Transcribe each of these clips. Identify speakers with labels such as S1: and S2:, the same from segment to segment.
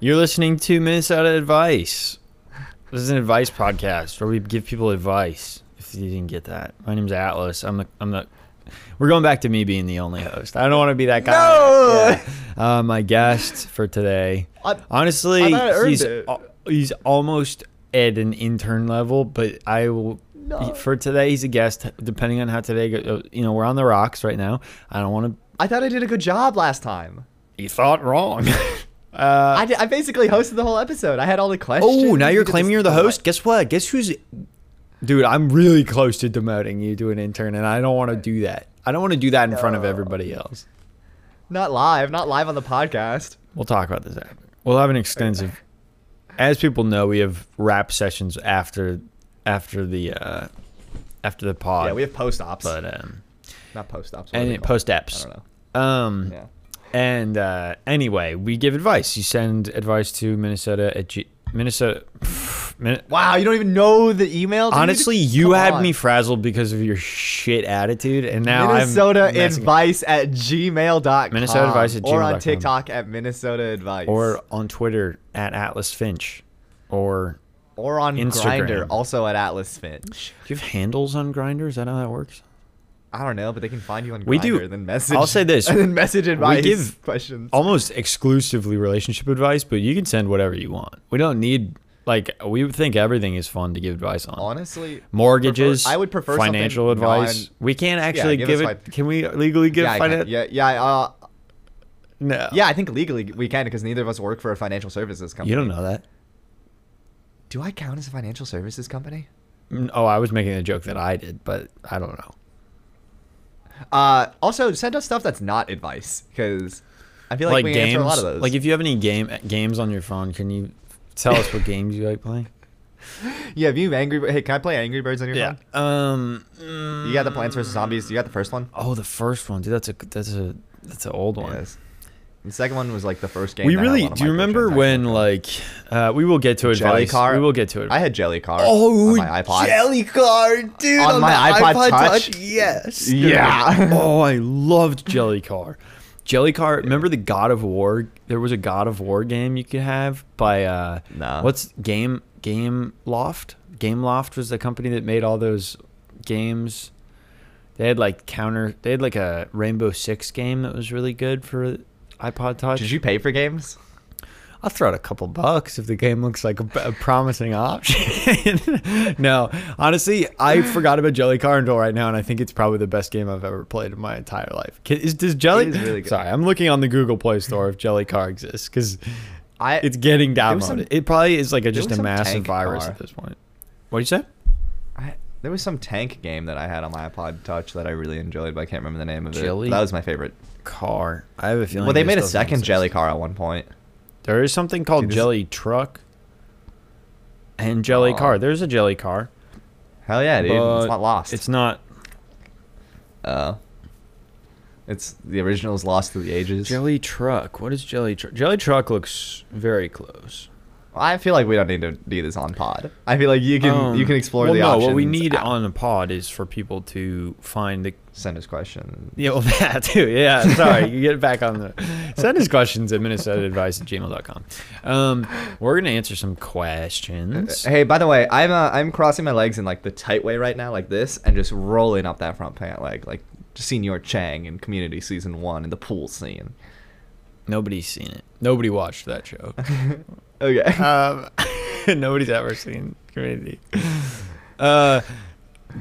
S1: You're listening to Minnesota Advice. This is an advice podcast where we give people advice. If you didn't get that, my name's Atlas. I'm the. I'm the. We're going back to me being the only host. I don't want to be that guy.
S2: No!
S1: Yeah. Uh, my guest for today,
S2: I-
S1: honestly,
S2: I thought I earned
S1: he's
S2: it.
S1: al- he's almost at an intern level, but I will.
S2: No.
S1: For today, he's a guest. Depending on how today goes, you know, we're on the rocks right now. I don't want to.
S2: I thought I did a good job last time.
S1: You thought wrong. uh,
S2: I, did, I basically hosted the whole episode. I had all the questions.
S1: Oh, now
S2: We
S1: you're
S2: did
S1: claiming
S2: this-
S1: you're the host. Guess what? Guess who's Dude, I'm really close to demoting you to an intern and I don't want to do that. I don't want to do that in front of
S2: No.
S1: everybody else.
S2: Not live. Not live on the podcast.
S1: We'll talk about this after. We'll have an extensive As people know, we have rap sessions after after the uh after the pod.
S2: Yeah, we have post ops.
S1: Uh, but um
S2: Not post ops.
S1: and it post apps.
S2: I don't
S1: Um
S2: know. Yeah.
S1: And uh, anyway, we give advice. You send advice to Minnesota at G- Minnesota. Min-
S2: Wow, you don't even know the email. dude?
S1: Honestly, you
S2: Come
S1: had
S2: on.
S1: me frazzled because of your shit attitude, and now
S2: Minnesota
S1: I'm messing up.
S2: advice at gmail.com.
S1: Minnesota advice at
S2: Or on
S1: gmail.com.
S2: TikTok at Minnesota advice.
S1: or on Twitter at Atlas Finch, or
S2: or on
S1: Instagram.
S2: Grinder, also at Atlas Finch.
S1: do you have handles on Grinder? Is that how that works?
S2: I don't know, but they can find you on
S1: We do-
S2: Grindr. Then message.
S1: I'll say this.
S2: And then message advice
S1: give-
S2: questions.
S1: Almost exclusively relationship advice, but you can send whatever you want. We don't need like we think everything is fun to give advice on.
S2: Honestly,
S1: Mortgages.
S2: prefer- I would prefer something
S1: financial advice.
S2: non-
S1: we can't actually
S2: give
S1: give,
S2: us
S1: it.
S2: fi-
S1: can we legally give
S2: yeah, I
S1: financial?
S2: can- yeah, yeah, uh,
S1: No.
S2: yeah. I think legally we can because neither of us work for a financial services company.
S1: You don't know that.
S2: Do I count as a financial services company?
S1: Mm, Oh, I was making a joke that I did, but I don't know.
S2: Uh, also, send us stuff that's not advice because I feel like,
S1: like,
S2: we
S1: games.
S2: answer a lot of those.
S1: Like if you have any game games on your phone, can you tell us what games you like playing?
S2: yeah, have you Angry? Hey, can I play Angry Birds on your phone?
S1: Um.
S2: You got the Plants vs Zombies. You got the first one.
S1: Oh, the first one, dude. That's a that's a that's an old one.
S2: Yes. The second one was like the first game.
S1: We
S2: that had a
S1: really
S2: lot of
S1: do. You remember when
S2: microtransactions.
S1: like uh, we will get to
S2: Jelly
S1: advice.
S2: Car?
S1: We will get to it.
S2: I had Jelly Car
S1: oh,
S2: on my iPod.
S1: Jelly Car, dude.
S2: On my
S1: the
S2: iPod Touch?
S1: Yes.
S2: Yeah.
S1: oh, I loved Jelly Car. Jelly Car. Remember the God of War? There was a God of War game you could have by uh,
S2: No.
S1: what's game Game Loft? Game Loft was the company that made all those games. They had like counter. They had like a Rainbow Six game that was really good for iPod Touch.
S2: Did you pay for games?
S1: I'll throw out a couple bucks if the game looks like a, a promising option. no, honestly, I forgot about Jelly Car until right now, and I think it's probably the best game I've ever played in my entire life. Can- Is, does Jelly?
S2: It is really good.
S1: Sorry, I'm looking on the Google Play Store if Jelly Car exists because
S2: I
S1: it's getting downloaded.
S2: was some-
S1: it probably is like a, just
S2: was
S1: a
S2: some
S1: massive
S2: tank
S1: virus
S2: car.
S1: at this point. What would you say?
S2: I, there was some tank game that I had on my iPod Touch that I really enjoyed, but I can't remember the name of it.
S1: Jelly?
S2: That was my favorite.
S1: Car. I have a feeling.
S2: well, they
S1: this
S2: made a
S1: doesn't
S2: second
S1: exist.
S2: Jelly Car at one point.
S1: There is something called
S2: Dude, this-
S1: Jelly Truck and Jelly
S2: Aw.
S1: Car. There's a Jelly Car.
S2: Hell yeah, dude!
S1: but
S2: it's not lost.
S1: It's not
S2: uh, it's the original's lost to the ages.
S1: Jelly truck. What is jelly truck? Jelly truck looks very close.
S2: I feel like we don't need to do this on pod. I feel like you can
S1: Um,
S2: you can explore
S1: well,
S2: the
S1: no,
S2: options.
S1: what we need
S2: at-
S1: on the pod is for people to find the.
S2: send us questions.
S1: Yeah, well, that too. Yeah, sorry. you get back on the. Send us questions at minnesotaadvice at gmail.com. Um, we're going to answer some questions.
S2: Hey, by the way, I'm uh, I'm crossing my legs in like the tight way right now, like this, and just rolling up that front pant leg, like Senior Chang in Community season one in the pool scene.
S1: Nobody's seen it. Nobody watched that show.
S2: Okay.
S1: um, nobody's ever seen Community. Uh,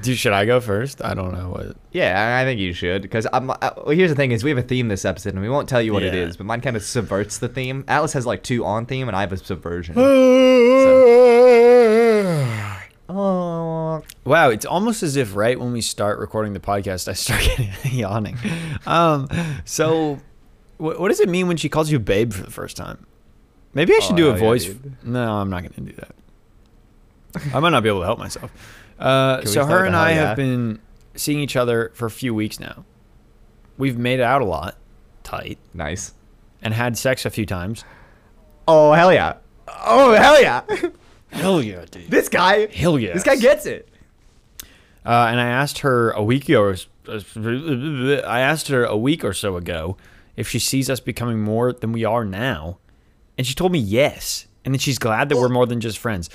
S1: do, should I go first? I don't know what.
S2: Yeah, I think you should because I'm. I, well, here's the thing: is we have a theme this episode, and we won't tell you what it
S1: Yeah.
S2: is, but mine kind of subverts the theme. Atlas has like two on theme, and I have a subversion. oh,
S1: Wow, it's almost as if right when we start recording the podcast, I start getting yawning. Um, so, wh- what does it mean when she calls you babe for the first time? Maybe I should
S2: Oh,
S1: do a
S2: hell yeah,
S1: voice.
S2: dude.
S1: no, I'm not going to do that. I might not be able to help myself. Uh,
S2: Can we
S1: so,
S2: start
S1: her
S2: with
S1: and
S2: a hell
S1: I
S2: yeah?
S1: have been seeing each other for a few weeks now. We've made out a lot, tight,
S2: nice.
S1: and had sex a few times.
S2: Oh hell yeah! Oh hell yeah!
S1: Hell yeah, dude.
S2: this guy.
S1: Hell yeah.
S2: This guy gets it.
S1: Uh, and I asked her a week or I asked her a week or so ago if she sees us becoming more than we are now, And she told me yes. And then she's glad that we're more than just friends.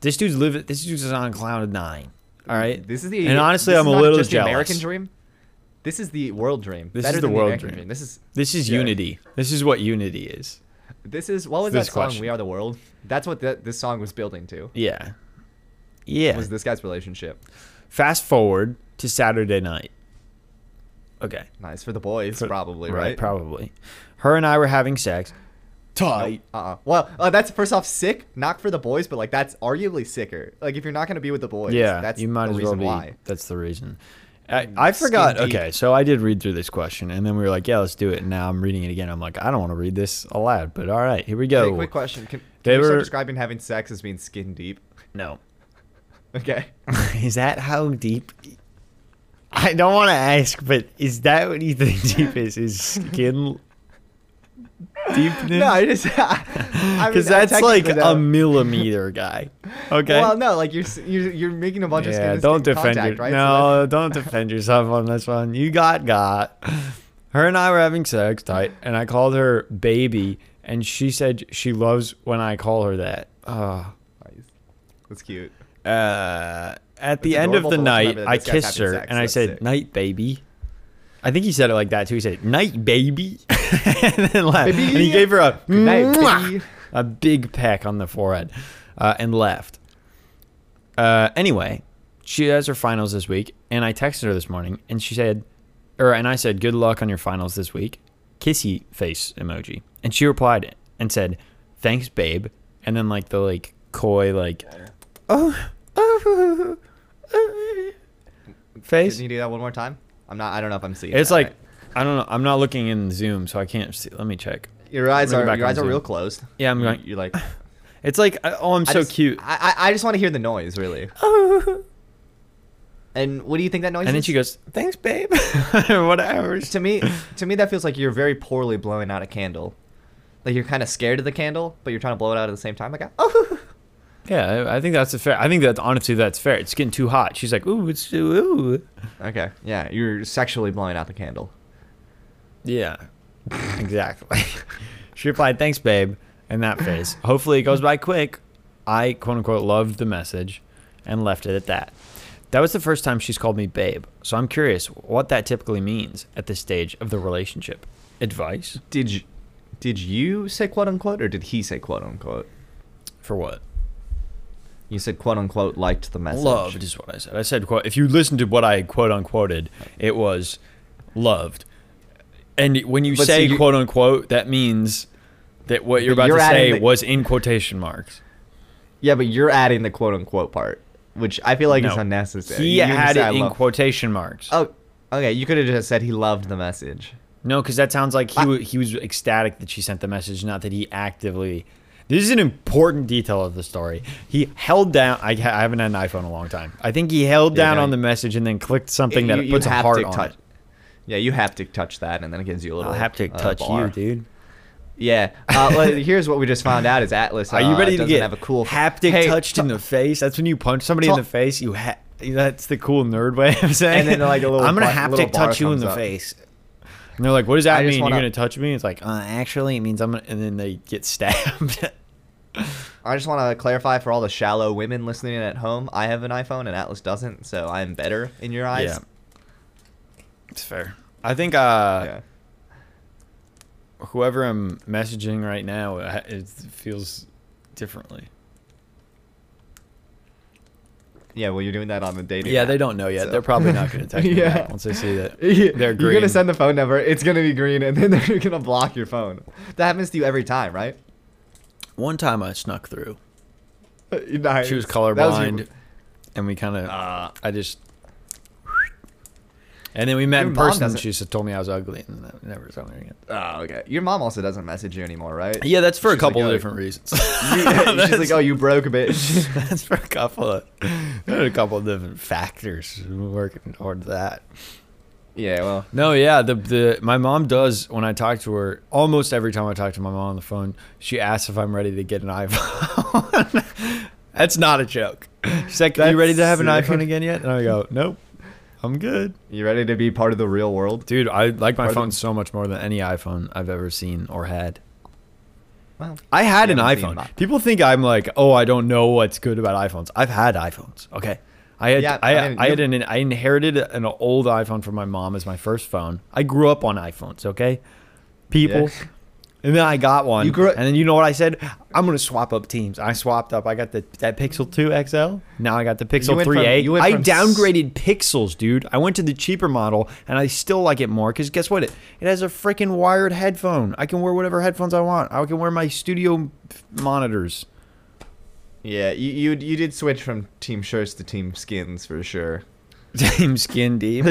S1: This dude's living. This dude's just on cloud nine. All right.
S2: This is the
S1: And honestly,
S2: this
S1: I'm
S2: is
S1: a
S2: not
S1: little
S2: just
S1: jealous.
S2: The American dream. This is the world dream.
S1: This
S2: Better
S1: is the
S2: than
S1: world
S2: American
S1: dream.
S2: This is
S1: This is
S2: Yeah.
S1: unity. This is what unity is.
S2: this is what was
S1: This
S2: that song?
S1: question.
S2: We are the world. That's what th- this song was building to.
S1: Yeah. Yeah.
S2: Was this guy's relationship
S1: Fast forward to Saturday night. Okay.
S2: nice for the boys? probably right.
S1: Probably. Her and I were having sex.
S2: Nope. Uh-uh. Well, uh, that's first off sick, not for the boys, but like that's arguably sicker. Like if you're not gonna be with the boys,
S1: yeah,
S2: that's
S1: you might
S2: the
S1: as well
S2: reason
S1: be.
S2: why.
S1: That's the reason. I, I forgot.
S2: deep.
S1: Okay, so I did read through this question, and then we were like, "Yeah, let's do it." And now I'm reading it again. I'm like, I don't want to read this aloud, but all right, here we go.
S2: Hey, quick question: Can,
S1: They
S2: can you
S1: were-
S2: start describing having sex as being skin deep?
S1: No,
S2: Okay.
S1: is that how deep? I don't want to ask, but is that what you think deep is? Is skin deepness?
S2: No, I just I mean,
S1: because that's like
S2: technically,
S1: a
S2: though-
S1: millimeter guy. Okay.
S2: Well, no, like you're s- you're, you're making a bunch of skin
S1: yeah,
S2: to
S1: don't
S2: skin
S1: defend
S2: contact,
S1: your,
S2: right? So
S1: No,
S2: that's-
S1: don't defend yourself on this one. You got got. Her and I were having sex tight, and I called her baby, and she said she loves when I call her that. Oh.
S2: Nice. That's cute.
S1: Uh, at the
S2: It's
S1: end of
S2: adorable
S1: the
S2: to look
S1: night,
S2: at
S1: I
S2: this guy's
S1: kissed
S2: having
S1: her
S2: sex.
S1: and I
S2: That's
S1: said,
S2: sick.
S1: "Night, baby." I think he said it like that too. He said, "Night, baby," and then laughed.
S2: Baby.
S1: And he gave her a
S2: Good night,
S1: "Mwah!"
S2: baby.
S1: a big peck on the forehead, uh, and left. Uh, anyway, she has her finals this week, and I texted her this morning, and she said, or and I said, "Good luck on your finals this week." Kissy face emoji, and she replied and said, "Thanks, babe," and then like the like coy like, oh, oh, oh, face.
S2: Can you do that one more time? I'm not. I don't know if I'm seeing.
S1: It's
S2: that
S1: like
S2: right.
S1: I don't know. I'm not looking in Zoom, so I can't see. Let me check.
S2: your eyes
S1: Let me go
S2: are
S1: back
S2: your
S1: on
S2: eyes are
S1: Zoom.
S2: real closed.
S1: Yeah, I'm
S2: You-
S1: going-
S2: You're like
S1: It's like uh, oh, I'm
S2: I
S1: so
S2: just-
S1: cute.
S2: I I, I just want to hear the noise, really. And what do you think that noise?
S1: and then
S2: is?
S1: she goes, "Thanks, babe." Whatever.
S2: To me, to me, that feels like you're very poorly blowing out a candle. Like you're kind of scared of the candle, but you're trying to blow it out at the same time. Like, oh,
S1: Yeah, I- I think that's a fair. I think that's honestly that's fair. It's getting too hot. She's like, "Ooh, it's ooh."
S2: okay, yeah, you're sexually blowing out the candle.
S1: Yeah, exactly. she replied, "Thanks, babe," in that face. Hopefully, it goes by quick. I quote unquote loved the message, and left it at that. That was the first time she's called me babe. So I'm curious what that typically means at this stage of the relationship. Advice
S2: Did you, did you say quote unquote, or did he say quote unquote?
S1: for what?
S2: You said quote unquote liked the message.
S1: Loved is what I said. I said, quote, if you listen to what I quote unquoted, it was loved. And when you
S2: But
S1: say
S2: see, you-
S1: quote unquote, that means that what you're
S2: But
S1: about
S2: you're
S1: to
S2: adding
S1: say
S2: the-
S1: was in quotation marks.
S2: Yeah, but you're adding the quote unquote part, which I feel like is
S1: No.
S2: unnecessary.
S1: He
S2: You just
S1: had
S2: said, "I
S1: it in
S2: love-"
S1: quotation marks.
S2: Oh, okay. You could have just said he loved the message.
S1: No, because that sounds like he,
S2: I-
S1: wa- he was ecstatic that she sent the message, not that he actively. This is an important detail of the story. He held down. I, ha- I haven't had an iPhone in a long time. I think he held
S2: Yeah,
S1: down
S2: no,
S1: on
S2: you-
S1: the message and then clicked something that
S2: You-
S1: it
S2: you
S1: puts a
S2: haptic
S1: heart on
S2: touch-
S1: it.
S2: Yeah, you haptic touch that, and then it gives you a little
S1: I'll have to
S2: uh,
S1: touch
S2: bar.
S1: you, dude.
S2: Yeah. Uh, well, here's what we just found out: is Atlas.
S1: Are you
S2: uh,
S1: ready to
S2: doesn't
S1: get
S2: have a cool
S1: haptic
S2: Hey,
S1: touched in
S2: t-
S1: the face? That's when you punch somebody in
S2: Ta-
S1: the face. You ha- that's the cool nerd way of saying.
S2: And then, like, a little
S1: I'm gonna
S2: bar-
S1: haptic
S2: little bar
S1: touch you in
S2: comes
S1: the
S2: up.
S1: face. And they're like, "What does that
S2: I just
S1: mean?
S2: wanna-
S1: You're gonna touch me?" It's like, uh, actually, it means I'm. Gonna, and then they get stabbed.
S2: I just want to clarify for all the shallow women listening at home: I have an iPhone, and Atlas doesn't, so I'm better in your eyes.
S1: Yeah. it's fair. I think uh,
S2: Yeah.
S1: whoever I'm messaging right now, uh, it feels differently.
S2: Yeah, Well, you're doing that on the dating.
S1: Yeah,
S2: app,
S1: they don't know yet.
S2: so-
S1: They're probably not gonna text me
S2: Yeah.
S1: back once they see that
S2: Yeah,
S1: they're green.
S2: You're gonna send the phone number. It's gonna be green, and then they're gonna block your phone. That happens to you every time, right?
S1: One time I snuck through.
S2: Nice.
S1: She was
S2: That your-
S1: colorblind, and we kind of.
S2: Ah.
S1: I just. And then we met
S2: Your
S1: in
S2: mom
S1: person.
S2: doesn't-
S1: She just told me I was ugly, and then I never saw her again.
S2: Oh, okay. Your mom also doesn't message you anymore, right?
S1: Yeah, that's for a
S2: She's
S1: couple
S2: like,
S1: of
S2: oh,
S1: different reasons.
S2: You, she's like, "Oh, you broke a bitch."
S1: that's for a couple of, there are a couple of different factors working toward that.
S2: yeah. Well.
S1: No, yeah, the the my mom does when I talk to her almost every time I talk to my mom on the phone, she asks if I'm ready to get an iPhone. That's not a joke. She's like, "Are you ready to have an
S2: That's sick.
S1: iPhone again yet?" And I go, "Nope, I'm good."
S2: You ready to be part of the real world?
S1: Dude, I like my
S2: Pardon?
S1: phone so much more than any iPhone I've ever seen or had.
S2: Well,
S1: I had
S2: you
S1: an
S2: haven't seen
S1: iPhone.
S2: that.
S1: People think I'm like, oh, I don't know what's good about iPhones. I've had iPhones. Okay. I had
S2: Yeah,
S1: I,
S2: I
S1: I,
S2: mean,
S1: had
S2: you-
S1: an I inherited an old iPhone from my mom as my first phone. I grew up on iPhones, okay? People.
S2: Yeah.
S1: And then I got one.
S2: You grew up-
S1: and then you know what I said? I'm gonna swap up teams. I swapped up. I got the that Pixel 2 XL. Now I got the Pixel
S2: went from-
S1: 3A.
S2: you went
S1: I
S2: from s-
S1: downgraded pixels, dude. I went to the cheaper model, and I still like it more because guess what? It, it has a freaking wired headphone. I can wear whatever headphones I want. I can wear my studio monitors.
S2: Yeah, you, you you did switch from team shirts to team skins for sure.
S1: Same skin deep.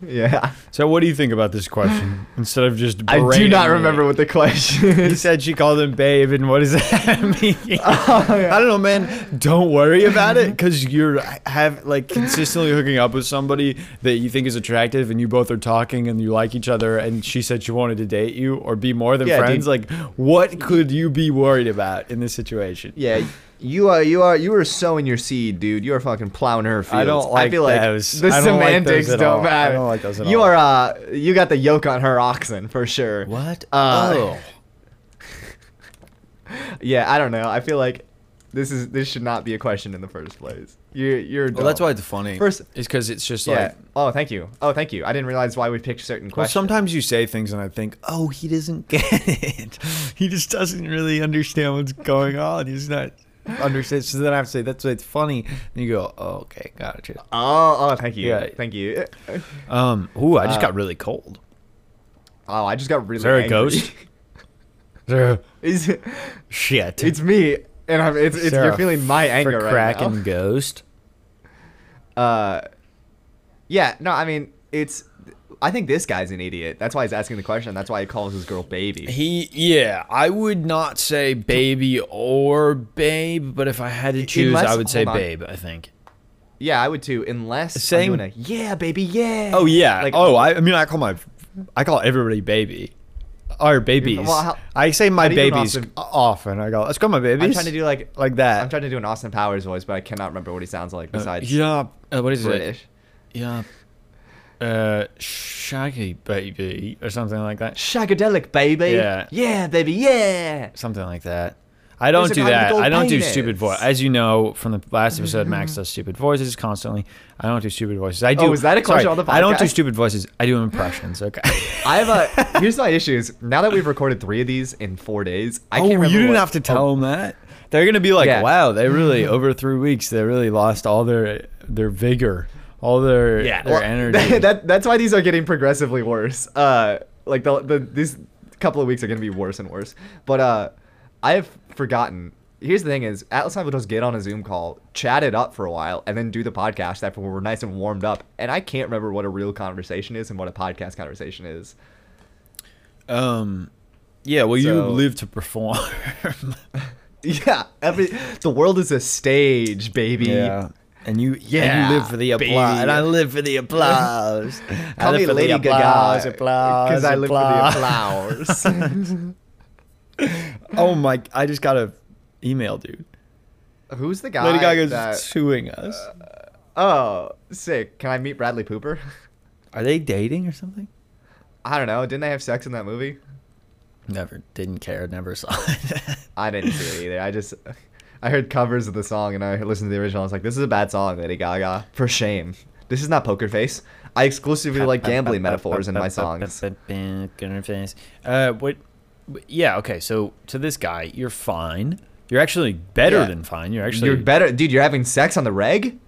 S2: Yeah.
S1: so, what do you think about this question? Instead of just
S2: I do
S1: berating
S2: not
S1: me.
S2: remember what the question
S1: He
S2: is.
S1: said she called him babe, and what does that mean? I don't know, man. Don't worry about it because you're have like consistently hooking up with somebody that you think is attractive, and you both are talking and you like each other. And she said she wanted to date you or be more than
S2: Yeah,
S1: friends.
S2: dude.
S1: Like, what could you be worried about in this situation?
S2: Yeah, you are you are you are sowing your seed, dude. You are fucking plowing her fields.
S1: I don't like
S2: feel
S1: those.
S2: the
S1: I don't like those
S2: semantics
S1: at
S2: don't
S1: all. I
S2: matter.
S1: don't like those at
S2: you
S1: all.
S2: are uh you got the yoke on her oxen for sure.
S1: What?
S2: Uh,
S1: oh,
S2: Yeah, I don't know. I feel like this is this should not be a question in the first place. You're you're
S1: well, that's
S2: dumb.
S1: why it's funny.
S2: First-
S1: is because it's just
S2: Yeah.
S1: like.
S2: Oh, thank you. Oh, thank you. I didn't realize why we picked certain
S1: Well,
S2: questions.
S1: sometimes you say things and I think, oh, he doesn't get it. He just doesn't really understand what's going on. He's not understand. So then I have to say, that's why it's funny. And you go, oh, okay, gotcha.
S2: Oh, oh, thank you.
S1: Yeah.
S2: Thank you.
S1: Um, ooh, I just
S2: Uh,
S1: got really cold.
S2: Oh, I just got really
S1: Is there a
S2: angry.
S1: ghost? There-
S2: Is it-
S1: Shit.
S2: it's me and I'm it's, it's
S1: Sarah,
S2: you're feeling my
S1: for
S2: anger right
S1: cracking
S2: now.
S1: ghost.
S2: Uh, yeah, no, I mean, it's. I think this guy's an idiot. That's why he's asking the question. That's why he calls his girl baby.
S1: He, yeah, I would not say baby or babe, but if I had to choose, I
S2: Unless-
S1: would say
S2: hold on.
S1: babe. I think.
S2: Yeah, I would too, unless
S1: Same-
S2: I'm doing a yeah, baby, yeah.
S1: Oh yeah.
S2: Like,
S1: oh, I, I mean, I call my, I call everybody baby, or babies.
S2: Well, how-
S1: I say
S2: how
S1: my
S2: do you do an
S1: babies
S2: Austin-
S1: often. I go, let's go, my babies.
S2: I'm trying to do like
S1: like that.
S2: I'm trying to do an Austin Powers voice, but I cannot remember what he sounds like besides
S1: yeah. Uh, what is
S2: British.
S1: it? Yeah. Uh, shaggy baby or something like that.
S2: Shagadelic baby.
S1: Yeah.
S2: Yeah, baby, yeah.
S1: Something like that. I don't
S2: a
S1: do
S2: guy with a
S1: that.
S2: gold
S1: I don't do
S2: penis. Mm-hmm.
S1: stupid voice. As you know from the last episode, Max does stupid voices constantly. I don't do stupid voices. I do.
S2: Oh, is that a question
S1: sorry,
S2: on the
S1: I don't do
S2: podcast?
S1: stupid voices. I do impressions. Okay.
S2: I have a here's my issues. Now that we've recorded three of these in four days, I
S1: oh,
S2: can't remember.
S1: you didn't
S2: what-
S1: have to tell them that. They're gonna be like,
S2: Yeah.
S1: wow, they really over three weeks, they really lost all their their vigor, all their
S2: yeah,
S1: their
S2: well,
S1: energy.
S2: That that's why these are getting progressively worse. Uh, like the the these couple of weeks are gonna be worse and worse. But uh, I have forgotten. Here's the thing: is Atlas and I would just get on a Zoom call, chat it up for a while, and then do the podcast after we're nice and warmed up. And I can't remember what a real conversation is and what a podcast conversation is.
S1: um, yeah. Well, you
S2: So-
S1: live to perform.
S2: Yeah, every the world is a stage, baby.
S1: And you, yeah,
S2: Yeah,
S1: and you live for the
S2: baby.
S1: applause, and I live for the applause.
S2: Call me Lady
S1: applause,
S2: Gaga
S1: applause,
S2: because I live
S1: applause.
S2: for the applause.
S1: Oh my! I just got a email, dude.
S2: Who's the guy?
S1: Lady Gaga's
S2: that-
S1: suing us.
S2: Oh, sick. Can I meet Bradley Pooper?
S1: Are they dating or something?
S2: I don't know. Didn't they have sex in that movie?
S1: Never, didn't care, never saw it.
S2: I didn't see it either. I just I heard covers of the song and I listened to the original. I was like, this is a bad song, Lady Gaga. For shame. This is not Poker Face. I exclusively like gambling metaphors in my songs.
S1: Uh, what? Yeah. Okay. So to this guy, you're fine. You're actually better
S2: Yeah.
S1: than fine. You're actually.
S2: You're better, dude. You're having sex on the reg.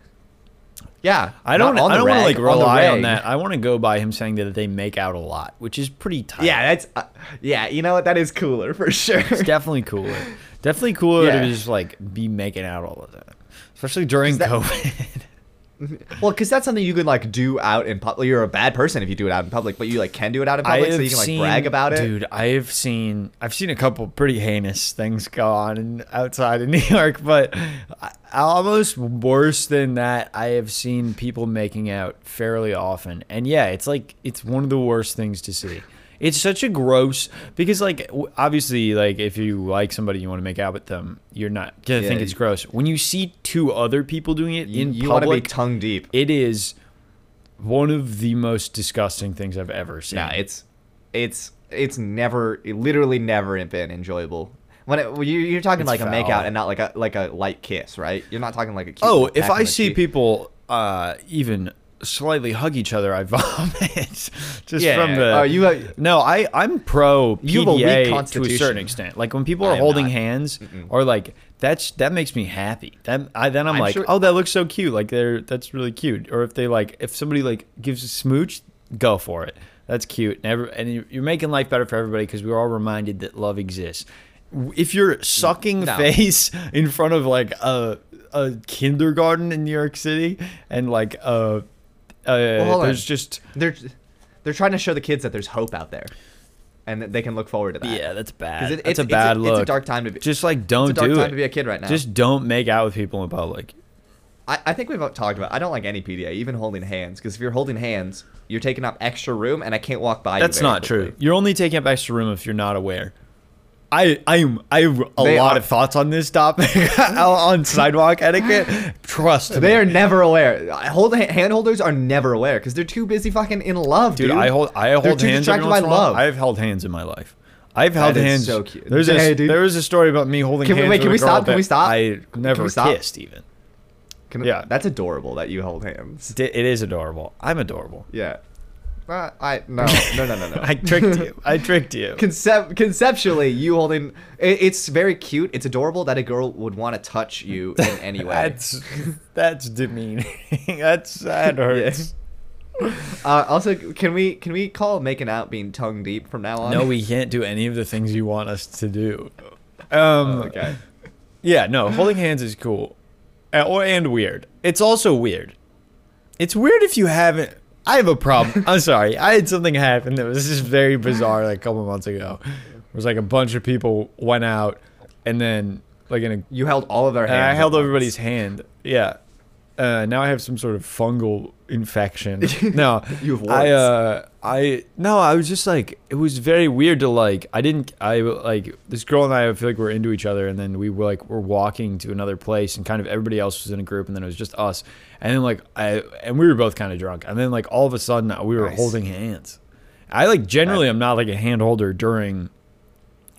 S2: Yeah,
S1: I don't.
S2: not on
S1: I
S2: the
S1: don't want to
S2: reg,
S1: like
S2: on the
S1: rely on,
S2: reg.
S1: that. I want to go by him saying that they make out a lot, which is pretty tight.
S2: Yeah, that's uh, yeah. You know what? That is cooler for sure.
S1: It's definitely cooler. Definitely cooler
S2: Yeah.
S1: to just like be making out all the time, especially during
S2: that-
S1: COVID.
S2: Well, because that's something you can like do out in public. You're a bad person if you do it out in public, but you like can do it out in public, so
S1: have
S2: you can like
S1: seen-
S2: brag about it.
S1: Dude, I have seen I've seen a couple pretty heinous things go on in, outside in New York, but I- almost worse than that, I have seen people making out fairly often. And yeah, it's like it's one of the worst things to see. It's such a gross because like w- obviously like if you like somebody you want to make out with them, you're not gonna
S2: Yeah,
S1: think it's
S2: you-
S1: gross. When you see two other people doing it
S2: You-
S1: in
S2: you want to be
S1: public,
S2: tongue deep.
S1: it is one of the most disgusting things I've ever seen.
S2: No, it's it's it's never it literally never been enjoyable When it, well, you, you're talking
S1: It's
S2: like a
S1: foul.
S2: makeout and not like a like a light kiss, right? You're not talking like a. Cute
S1: Oh,
S2: little
S1: if
S2: peck on
S1: I
S2: the
S1: see
S2: cheek.
S1: people uh, even slightly hug each other, I vomit. Just
S2: Yeah.
S1: from the.
S2: Oh, you have-
S1: no, I I'm pro PDA
S2: You have a weak
S1: to a
S2: constitution.
S1: certain extent. Like when people
S2: I
S1: are
S2: am
S1: holding
S2: not.
S1: hands or like that's that makes me happy. That I then I'm,
S2: I'm
S1: like,
S2: sure-
S1: oh, that looks so cute. Like they're that's really cute. Or if they like if somebody like gives a smooch, go for it. That's cute. And, every, and you- you're making life better for everybody because we're all reminded that love exists. W- If you're sucking
S2: No.
S1: face face in front of like a a kindergarten in New York City and like uh uh
S2: hold on.
S1: there's just
S2: they're they're trying to show the kids that there's hope out there, and that they can look forward to that.
S1: yeah that's bad
S2: 'Cause it-
S1: it's, a
S2: it's- it's a-
S1: bad
S2: it's a
S1: look
S2: dark time to be-
S1: just like don't
S2: it's a dark
S1: do
S2: time
S1: it
S2: to be a kid right now.
S1: just don't make out with people in public
S2: I, I think we've talked about. I don't like any PDA, even holding hands, because if you're holding hands, you're taking up extra room, and I can't walk by. you
S1: that's
S2: very
S1: not true
S2: quickly.
S1: you're only taking up extra room if you're not aware I I am I have a
S2: They
S1: lot
S2: are-
S1: of thoughts on this topic on sidewalk etiquette. Trust me,
S2: They are never aware. I Hold hand holders are never aware because they're too busy fucking in love, dude.
S1: dude. I hold I
S2: They're
S1: hold
S2: too
S1: hands. every
S2: distracted
S1: once
S2: by
S1: in a while.
S2: love.
S1: I've held hands in my life. I've held
S2: That is
S1: hands.
S2: so cute.
S1: There's
S2: Hey,
S1: a,
S2: dude.
S1: there was a story about me holding
S2: Can we-
S1: hands.
S2: wait,
S1: with
S2: can
S1: a
S2: we
S1: girl
S2: stop? Can
S1: that
S2: we stop?
S1: I never
S2: we stop?
S1: kissed even.
S2: Can,
S1: yeah.
S2: that's adorable that you hold hands.
S1: D- It is adorable. I'm adorable.
S2: Yeah. Uh, I no no no no no.
S1: I tricked you. I tricked you.
S2: Concep- conceptually, you holding it, it's very cute. It's adorable that a girl would want to touch you in any way.
S1: that's that's demeaning. that's that hurts.
S2: uh, also, can we can we call making out being tongue deep from now on?
S1: No, we can't do any of the things you want us to do. Um,
S2: okay.
S1: Yeah, no, holding hands is cool, and, or and weird. It's also weird. It's weird if you haven't. I have a problem. I'm sorry. I had something happen that was just very bizarre like a couple months ago. It was like a bunch of people went out, and then like in a
S2: You held all of their hands.
S1: and I
S2: at
S1: held
S2: once.
S1: everybody's hand. Yeah. Uh, now I have some sort of fungal infection. No,
S2: You have warts.
S1: I, uh, I no, I was just like, it was very weird to like. I didn't. I like this girl and I. I feel like we're into each other, and then we were like, we're walking to another place, and kind of everybody else was in a group, and then it was just us, and then like I and we were both kind of drunk, and then like all of a sudden uh, we were
S2: Nice.
S1: holding hands. I like generally I'm not like a hand holder during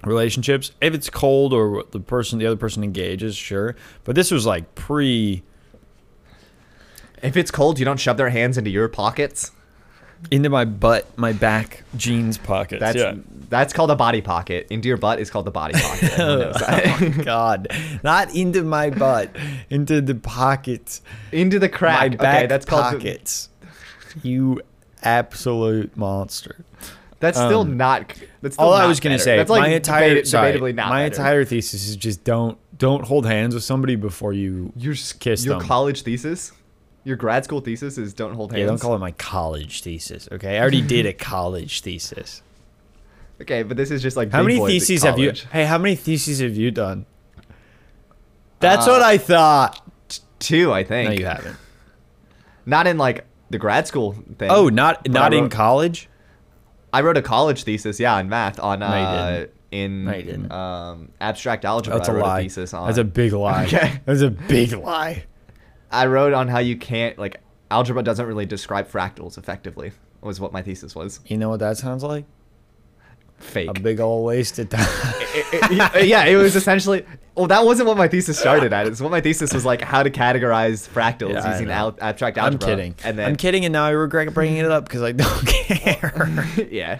S1: relationships. If it's cold or the person, the other person engages, sure. But this was like pre
S2: If it's cold, you don't shove their hands into your pockets.
S1: into my butt, my back jeans pockets.
S2: That's
S1: yeah.
S2: that's called a body pocket. Into your butt is called the body pocket. Everyone knows that.
S1: oh my god, not into my butt, into the pockets,
S2: into the
S1: my
S2: crack.
S1: back
S2: okay, that's called.
S1: pockets. you absolute monster.
S2: That's still
S1: Um,
S2: not. That's still
S1: All I
S2: not
S1: was gonna
S2: better.
S1: say,
S2: That's like
S1: my entire
S2: debate-
S1: sorry,
S2: debatably not
S1: my
S2: better.
S1: entire thesis is just don't don't hold hands with somebody before you
S2: your s-
S1: kiss
S2: your
S1: them.
S2: college thesis, your grad school thesis is don't hold hands.
S1: Yeah, don't call it my college thesis. Okay, I already did a college thesis.
S2: Okay, but this is just like
S1: How
S2: big
S1: many
S2: boys at
S1: theses have you?
S2: college.
S1: Hey, how many theses have you done? That's what I thought.
S2: Two, Uh, I think.
S1: No, you haven't.
S2: Not in like the grad school thing.
S1: Oh, not
S2: But
S1: not
S2: I
S1: in
S2: wrote-
S1: college.
S2: I wrote a college thesis, yeah, in math on
S1: you
S2: uh
S1: didn't.
S2: in
S1: No, you didn't.
S2: um abstract algebra.
S1: That's
S2: I
S1: a
S2: wrote
S1: lie.
S2: A thesis on
S1: That's a big lie.
S2: Okay.
S1: That's a big lie.
S2: I wrote on how you can't like algebra doesn't really describe fractals effectively. Was what my thesis was.
S1: You know what that sounds like?
S2: Fake.
S1: A big old waste of time.
S2: It- it- yeah, it was essentially. Well, that wasn't what my thesis started at. It's what my thesis was like how to categorize fractals
S1: Yeah, I
S2: using
S1: know.
S2: al- abstract
S1: I'm
S2: algebra.
S1: kidding.
S2: And then
S1: I'm kidding, and now I regret bringing it up because I don't care.
S2: yeah.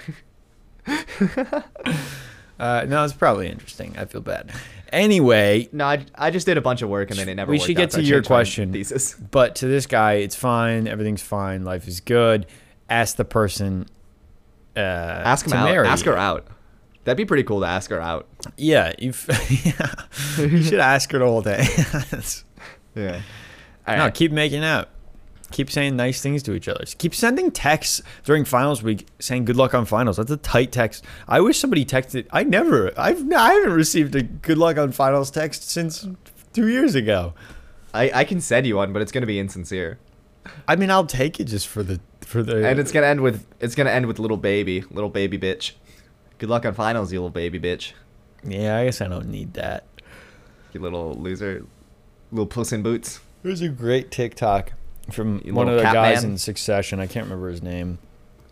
S1: uh, no, it's probably interesting. I feel bad. Anyway,
S2: No, I, I just did a bunch of work and then it never.
S1: we
S2: worked
S1: should
S2: out,
S1: get
S2: so
S1: to
S2: I
S1: your
S2: changed my
S1: question.
S2: Thesis.
S1: But to this guy, it's fine. Everything's fine. Life is good. Ask the person. Uh,
S2: Ask him
S1: to
S2: out.
S1: marry
S2: Ask
S1: you.
S2: her out. That'd be pretty cool to ask her out.
S1: Yeah, you. yeah. you should ask her to hold hands.
S2: Yeah.
S1: No, keep making out. Keep saying nice things to each other. Keep sending texts during finals week saying good luck on finals. That's a tight text. I wish somebody texted. I never. I've. I haven't received a good luck on finals text since two years ago.
S2: I, I can send you one, but it's gonna be insincere,
S1: I mean, I'll take it just for the for the.
S2: and it's gonna end with it's gonna end with little baby, little baby bitch. Good luck on finals, you little baby bitch.
S1: yeah. I guess I don't need that.
S2: You little loser, little puss in boots.
S1: There's a great TikTok from
S2: You
S1: one of
S2: little
S1: the
S2: cat
S1: guys
S2: man.
S1: in Succession. I can't remember his name.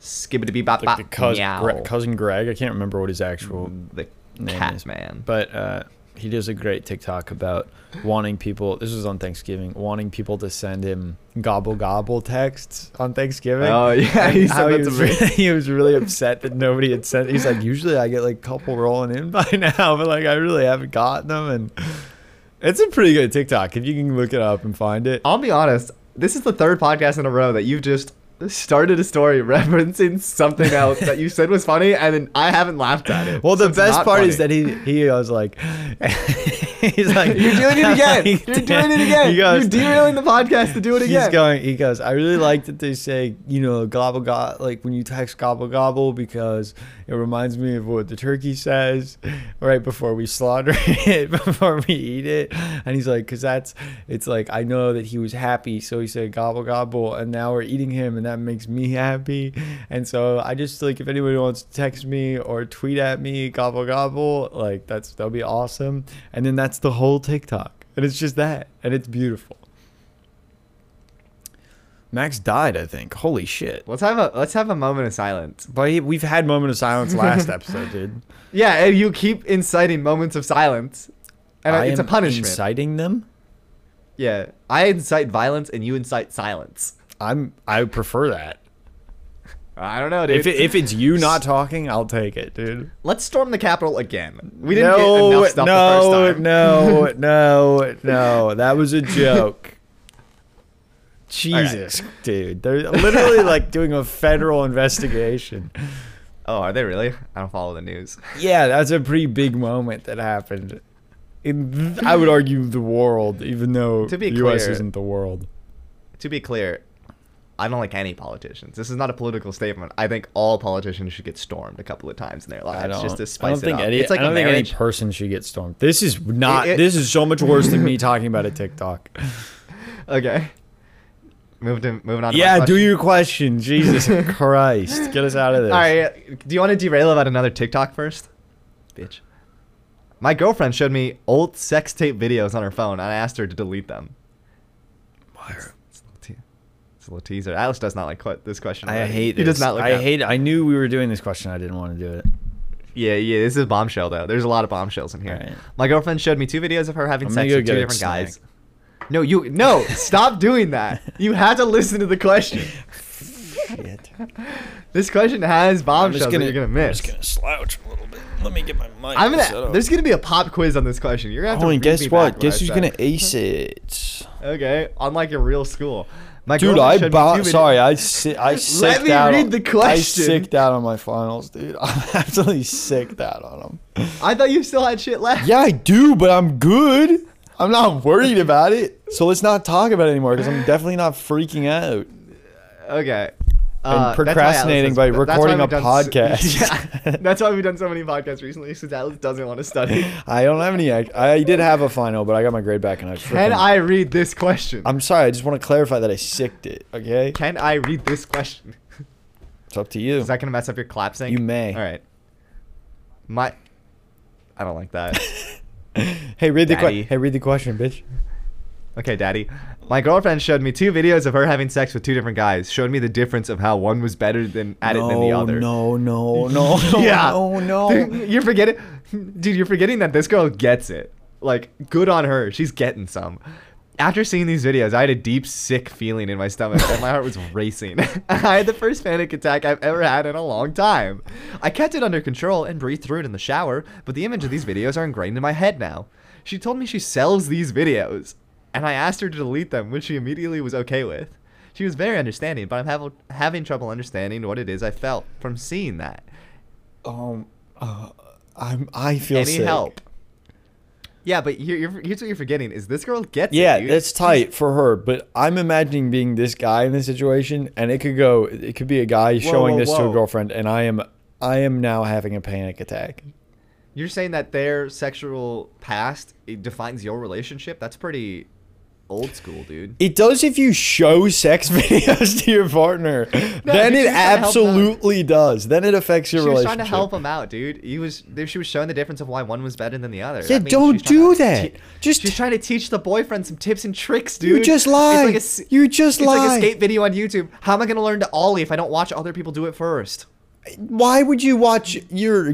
S2: Skibbity bop
S1: Like the
S2: bop.
S1: cousin,
S2: meow. Mm,
S1: Gre- cousin Greg. I can't remember what his actual
S2: the
S1: name is.
S2: Catman.
S1: But uh, he does a great TikTok about wanting people. This was on Thanksgiving, wanting people to send him gobble gobble texts on Thanksgiving.
S2: Oh, yeah,
S1: And
S2: he said
S1: how
S2: that to
S1: was
S2: me.
S1: really- he was really upset that nobody had sent. He's like, usually I get like couple rolling in by now, but like I really haven't gotten them. And it's a pretty good TikTok if you can look it up and find it.
S2: I'll be honest. This is the third podcast in a row that you've just started a story referencing something else that you said was funny, and then I haven't laughed at it.
S1: Well, the
S2: So it's
S1: best
S2: not
S1: part is
S2: funny.
S1: that he he was like, he's like,
S2: You're doing it
S1: I'm
S2: again.
S1: like,
S2: You're
S1: "Damn."
S2: doing it again.
S1: He goes,
S2: You're derailing the podcast to do it
S1: He's
S2: again.
S1: going. He goes. I really like that they say, you know, gobble gobble. Like when you text gobble gobble, because it reminds me of what the turkey says right before we slaughter it, before we eat it. And he's like, because that's. It's like I know that he was happy, so he said gobble gobble, and now we're eating him, and that makes me happy. And so I just like if anybody wants to text me or tweet at me gobble gobble, like that's that'll be awesome. And then that's the whole TikTok. And it's just that, and it's beautiful. Max died, I think. Holy shit.
S2: let's have a let's have a moment of silence.
S1: But he- we've had moment of silence last episode, dude.
S2: Yeah, and you keep inciting moments of silence, and
S1: I
S2: it's a
S1: am
S2: punishment.
S1: Inciting them?
S2: yeah, I incite violence, and you incite silence.
S1: I'm I prefer that.
S2: I don't know, dude.
S1: If it, if it's you not talking, I'll take it, dude.
S2: let's storm the Capitol again. We didn't get enough stuff
S1: no,
S2: the first time.
S1: No, no, no. That was a joke. Jesus, dude. They're literally like doing a federal investigation.
S2: Oh, are they really? I don't follow the news.
S1: Yeah, that's a pretty big moment that happened. In th- I would argue the world, even though
S2: To be
S1: the US
S2: clear-
S1: isn't the world.
S2: to be clear, I don't like any politicians. This is not a political statement. I think all politicians should get stormed a couple of times in their lives just to
S1: I
S2: spice
S1: don't
S2: it
S1: think
S2: up.
S1: any.
S2: it's like
S1: I don't
S2: a
S1: think any
S2: marriage.
S1: person should get stormed. This is not.
S2: It- it-
S1: this is so much worse than me talking about a TikTok.
S2: okay. Move to moving on. To my
S1: yeah, do
S2: question.
S1: your question, Jesus Christ, get us out of this.
S2: All right. Do you want to derail about another TikTok first? Bitch. My girlfriend showed me old sex tape videos on her phone, and I asked her to delete them. It's a little, te- it's a little teaser. Alice does not like que- this question.
S1: I
S2: already.
S1: hate.
S2: He
S1: This.
S2: does not like.
S1: I hate. I knew we were doing this question. I didn't want to do it.
S2: Yeah, yeah, this is a bombshell though. There's a lot of bombshells in here.
S1: Alright.
S2: My girlfriend showed me two videos of her having
S1: I'm gonna
S2: sex
S1: go
S2: with two
S1: get a
S2: different guys.
S1: snack.
S2: No, you no, stop doing that. You had to listen to the question.
S1: Shit.
S2: This question has
S3: I'm
S2: bombshells
S3: just gonna,
S2: that you're gonna
S3: I'm
S2: miss.
S3: just gonna slouch a little bit. Let me get my mic.
S2: I'm gonna.
S3: set up.
S2: There's gonna be a pop quiz on this question. You're gonna have to.
S3: Oh, and
S2: read
S3: guess
S2: me
S3: what?
S2: back I
S3: Guess who's
S2: said.
S3: gonna ace it?
S2: Okay, unlike your real school. My
S3: Dude,
S2: girlfriend
S3: I
S2: showed me
S3: bo-
S2: two vid-
S3: sorry, I si- I sicked
S2: Let me
S3: out
S2: read
S3: on,
S2: the question.
S3: I sicked out on my finals, dude. I'm absolutely sicked out on them.
S2: I thought you still had shit left.
S3: Yeah, I do, but I'm good. I'm not worried about it. So let's not talk about it anymore because I'm definitely not freaking out.
S2: Okay.
S3: And
S2: Uh, that's why Atlas
S3: procrastinating
S2: does-
S3: by
S2: that's why
S3: recording a
S2: we've done
S3: podcast.
S2: yeah, that's why we've done so many podcasts recently, since Atlas doesn't want to study.
S3: I don't have any. act- I did have a final, but I got my grade back, and I.
S2: Can
S3: frickin-
S2: I read this question?
S3: I'm sorry. I just want to clarify that I sicked it. Okay,
S2: Can I read this question?
S3: it's up to you.
S2: Is that gonna mess up your clap sync?
S3: You may.
S2: All right. My. I don't like that.
S3: hey, read the
S2: Daddy.
S3: que- Hey, read the question, bitch.
S2: okay, Daddy. My girlfriend showed me two videos of her having sex with two different guys. Showed me the difference of how one was better than at it than the
S3: No,
S2: other.
S3: No, no, no, no,
S2: yeah.
S3: no, no.
S2: Dude, you're forgetting, dude. You're forgetting that this girl gets it. Like, good on her. She's getting some. After seeing these videos, I had a deep, sick feeling in my stomach, and my heart was racing. I had the first panic attack I've ever had in a long time. I kept it under control and breathed through it in the shower, but the image of these videos are ingrained in my head now. She told me she sells these videos, and I asked her to delete them, which she immediately was okay with. She was very understanding, but I'm hav- having trouble understanding what it is I felt from seeing that
S3: Um, uh, I'm. I feel
S2: any
S3: sick.
S2: help. Yeah, but you're, you're, here's what you're forgetting: is this girl gets
S3: Yeah,
S2: it. dude.
S3: that's tight for her, but I'm imagining being this guy in this situation, and it could go. It could be a guy showing
S2: whoa,
S3: this to
S2: whoa.
S3: a girlfriend, and I am. I am now having a panic attack.
S2: You're saying that their sexual past it defines your relationship. That's pretty old school, dude.
S3: It does if you show sex videos to your partner. then
S2: she's
S3: it
S2: trying to help them.
S3: absolutely does. Then it affects your
S2: She was
S3: relationship.
S2: trying to help him out, dude. He was there. She was showing the difference of why one was better than the other.
S3: Yeah,
S2: means
S3: don't
S2: she's trying
S3: do
S2: to
S3: that.
S2: te-
S3: Just-
S2: she's trying to teach the boyfriend some tips and tricks, dude.
S3: You just lied.
S2: It's like a, s-
S3: you just
S2: it's like
S3: lied.
S2: a skate video on YouTube. How am I gonna learn to ollie if I don't watch other people do it first?
S1: Why would you watch your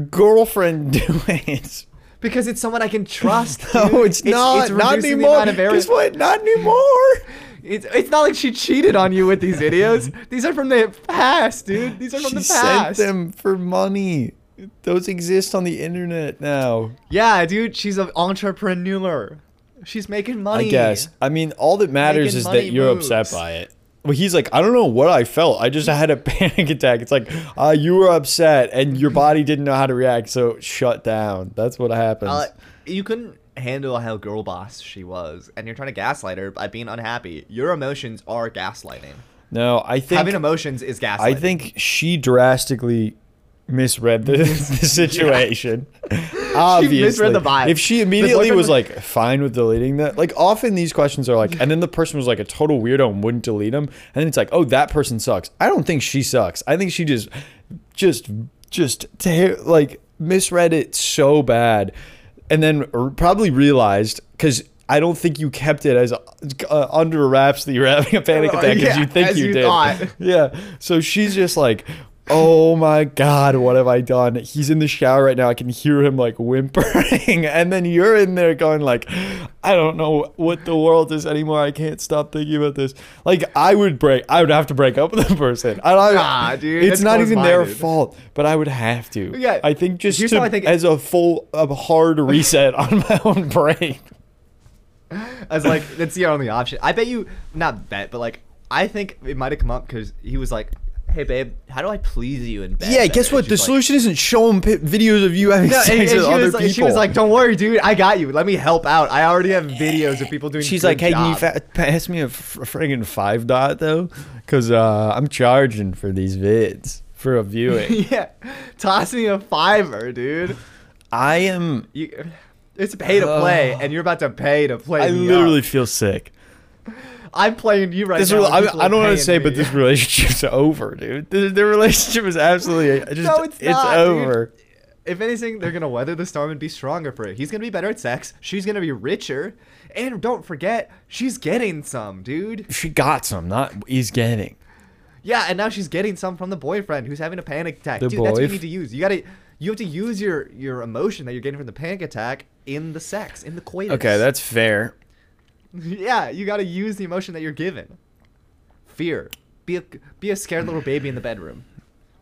S1: girlfriend do it?
S2: Because it's someone I can trust.
S1: No,
S2: dude.
S1: it's, not. not
S2: reducing the
S1: anymore.
S2: amount of errors.
S1: Guess what? Not anymore.
S2: It's, it's not like she cheated on you with these videos. these are from the past, dude. These are from
S1: She
S2: the
S1: sent
S2: past.
S1: them for money. Those exist on the internet now.
S2: Yeah, dude, she's an entrepreneur. She's making money.
S1: I guess. I mean, all that matters
S2: Making
S1: is that
S2: money
S1: you're
S2: moves.
S1: upset by it. Well, he's like, I don't know what I felt. I just had a panic attack. It's like, uh, you were upset and your body didn't know how to react, so shut down. That's what happens.
S2: Uh, you couldn't handle how girl boss she was, and you're trying to gaslight her by being unhappy. Your emotions are gaslighting.
S1: no, I
S2: Having
S1: think
S2: emotions is gaslighting.
S1: I think she drastically misread the, the situation. Obviously,
S2: misread the vibe.
S1: If she
S2: The
S1: immediately
S2: boyfriend
S1: was
S2: was-
S1: like fine with deleting that, like often these questions are like, and then the person was like a total weirdo and wouldn't delete them, and then it's like, oh, that person sucks. I don't think she sucks. I think she just, just, just ter- like misread it so bad, and then r- probably realized because. I don't think you kept it as uh, under wraps that you're having a panic
S2: Uh,
S1: attack because
S2: yeah,
S1: you think
S2: as
S1: you,
S2: you
S1: did.
S2: thought.
S1: Yeah. So she's just like, oh my God, what have I done? He's in the shower right now. I can hear him like whimpering. And then you're in there going like, I don't know what the world is anymore. I can't stop thinking about this. Like I would break, I would have to break up with the person. I don't,
S2: Nah, dude,
S1: It's
S2: that's
S1: not even their
S2: closed-minded.
S1: fault, but I would have to.
S2: Yeah,
S1: I think just
S2: here's
S1: to,
S2: how I think-
S1: as a full, a hard reset on my own brain.
S2: I was like, that's the only option. I bet you, not bet, but like, I think it might have come up because he was like, "Hey, babe, how do I please you in bed?"
S1: Yeah,
S2: better?"
S1: guess
S2: And
S1: what?
S2: she's
S1: The
S2: like-
S1: solution isn't showing p- videos of you having
S2: No, and,
S1: sex
S2: and she,
S1: with other
S2: was like,
S1: people.
S2: she was like, "Don't worry, dude. I got you. Let me help out. I already have videos of people doing."
S1: She's
S2: good
S1: like, hey, can you
S2: job."
S1: fa- pass me a f- friggin' five dot though? Because uh, I'm charging for these vids for a viewing.
S2: yeah, toss me a fiver, dude.
S1: I am.
S2: You, it's pay to play, and you're about to pay to play.
S1: I
S2: me
S1: literally
S2: up.
S1: feel sick.
S2: I'm playing you right
S1: This
S2: now.
S1: rel-
S2: and
S1: I,
S2: people
S1: I
S2: are
S1: don't want
S2: paying
S1: to say, but
S2: me.
S1: this relationship's over, dude. The, the relationship is absolutely I just,
S2: No, it's
S1: it's,
S2: not, dude.
S1: over.
S2: if anything, they're gonna weather the storm and be stronger for it. He's gonna be better at sex. She's gonna be richer, and don't forget, she's getting some, dude.
S1: She got some, not he's getting.
S2: Yeah, and now she's getting some from the boyfriend who's having a panic attack.
S1: The
S2: dude, that's what you
S1: boyf-
S2: need to use. You gotta, you have to use your your emotion that you're getting from the panic attack in the sex, in the coitus.
S1: Okay, that's fair.
S2: yeah. You gotta use the emotion that you're given. Fear. Be a be a scared little baby in the bedroom.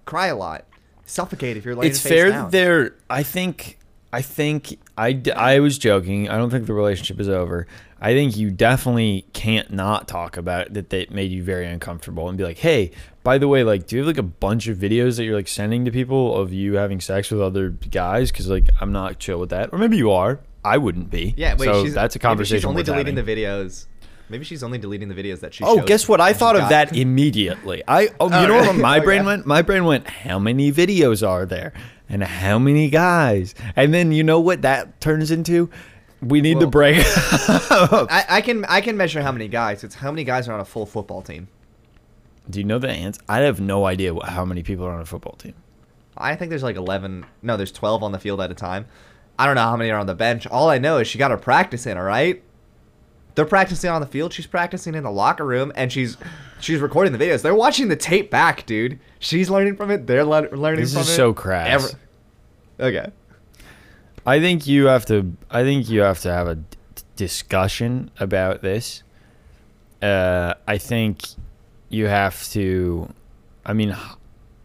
S2: Cry a lot. Suffocate if you're laying
S1: it's
S2: face
S1: fair
S2: down.
S1: that they're i think i think I, d- I was joking i don't think the relationship is over i think you definitely can't not talk about that that made you very uncomfortable and be like hey by the way like do you have like a bunch of videos that you're like sending to people of you having sex with other guys because like i'm not chill with that or maybe you are i wouldn't be
S2: Yeah, wait.
S1: so
S2: she's,
S1: that's a
S2: maybe
S1: conversation
S2: She's only
S1: worth
S2: deleting
S1: having.
S2: the videos. Maybe she's only deleting the videos that she.
S1: Oh,
S2: showed
S1: guess what? I
S2: she
S1: thought of
S2: got.
S1: that immediately. I oh, you
S2: Oh,
S1: know what
S2: really?
S1: my
S2: Oh,
S1: brain
S2: yeah.
S1: went? My brain went, how many videos are there? And how many guys? And then you know what that turns into? We need to
S2: Well-
S1: break up.
S2: I, I can I can measure how many guys. It's how many guys are on a full football team.
S1: Do you know the answer? I have no idea what, how many people are on a football team.
S2: I think there's like eleven. No, there's twelve on the field at a time. I don't know how many are on the bench. All I know is she got her practice in. All right. They're practicing on the field. She's practicing in the locker room, and she's she's recording the videos. They're watching the tape back, dude. She's learning from it. They're lear- learning
S1: This
S2: from it.
S1: is so crass.
S2: Every- okay.
S1: I think you have to. I think you have to have a d- discussion about this. Uh, I think you have to. I mean, h-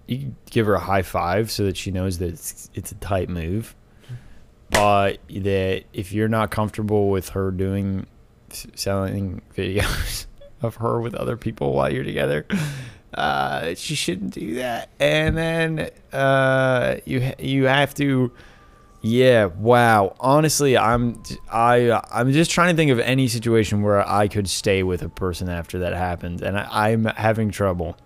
S1: you could give her a high five so that she knows that it's it's a tight move. But that if you're not comfortable with her doing s- selling videos of her with other people while you're together, uh, she shouldn't do that. And then uh, you ha- you have to. Yeah, wow. Honestly, I'm I I'm just trying to think of any situation where I could stay with a person after that happened, and I, I'm having trouble.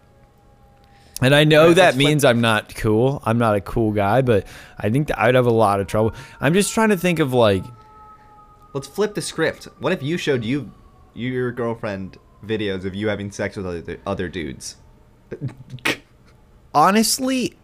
S1: And I know
S2: Alright, let's
S1: that
S2: flip-
S1: means I'm not cool. I'm not a cool guy, but I think that I'd have a lot of trouble. I'm just trying to think of like
S2: Let's flip the script. What if you showed you your girlfriend videos of you having sex with other other dudes?
S1: honestly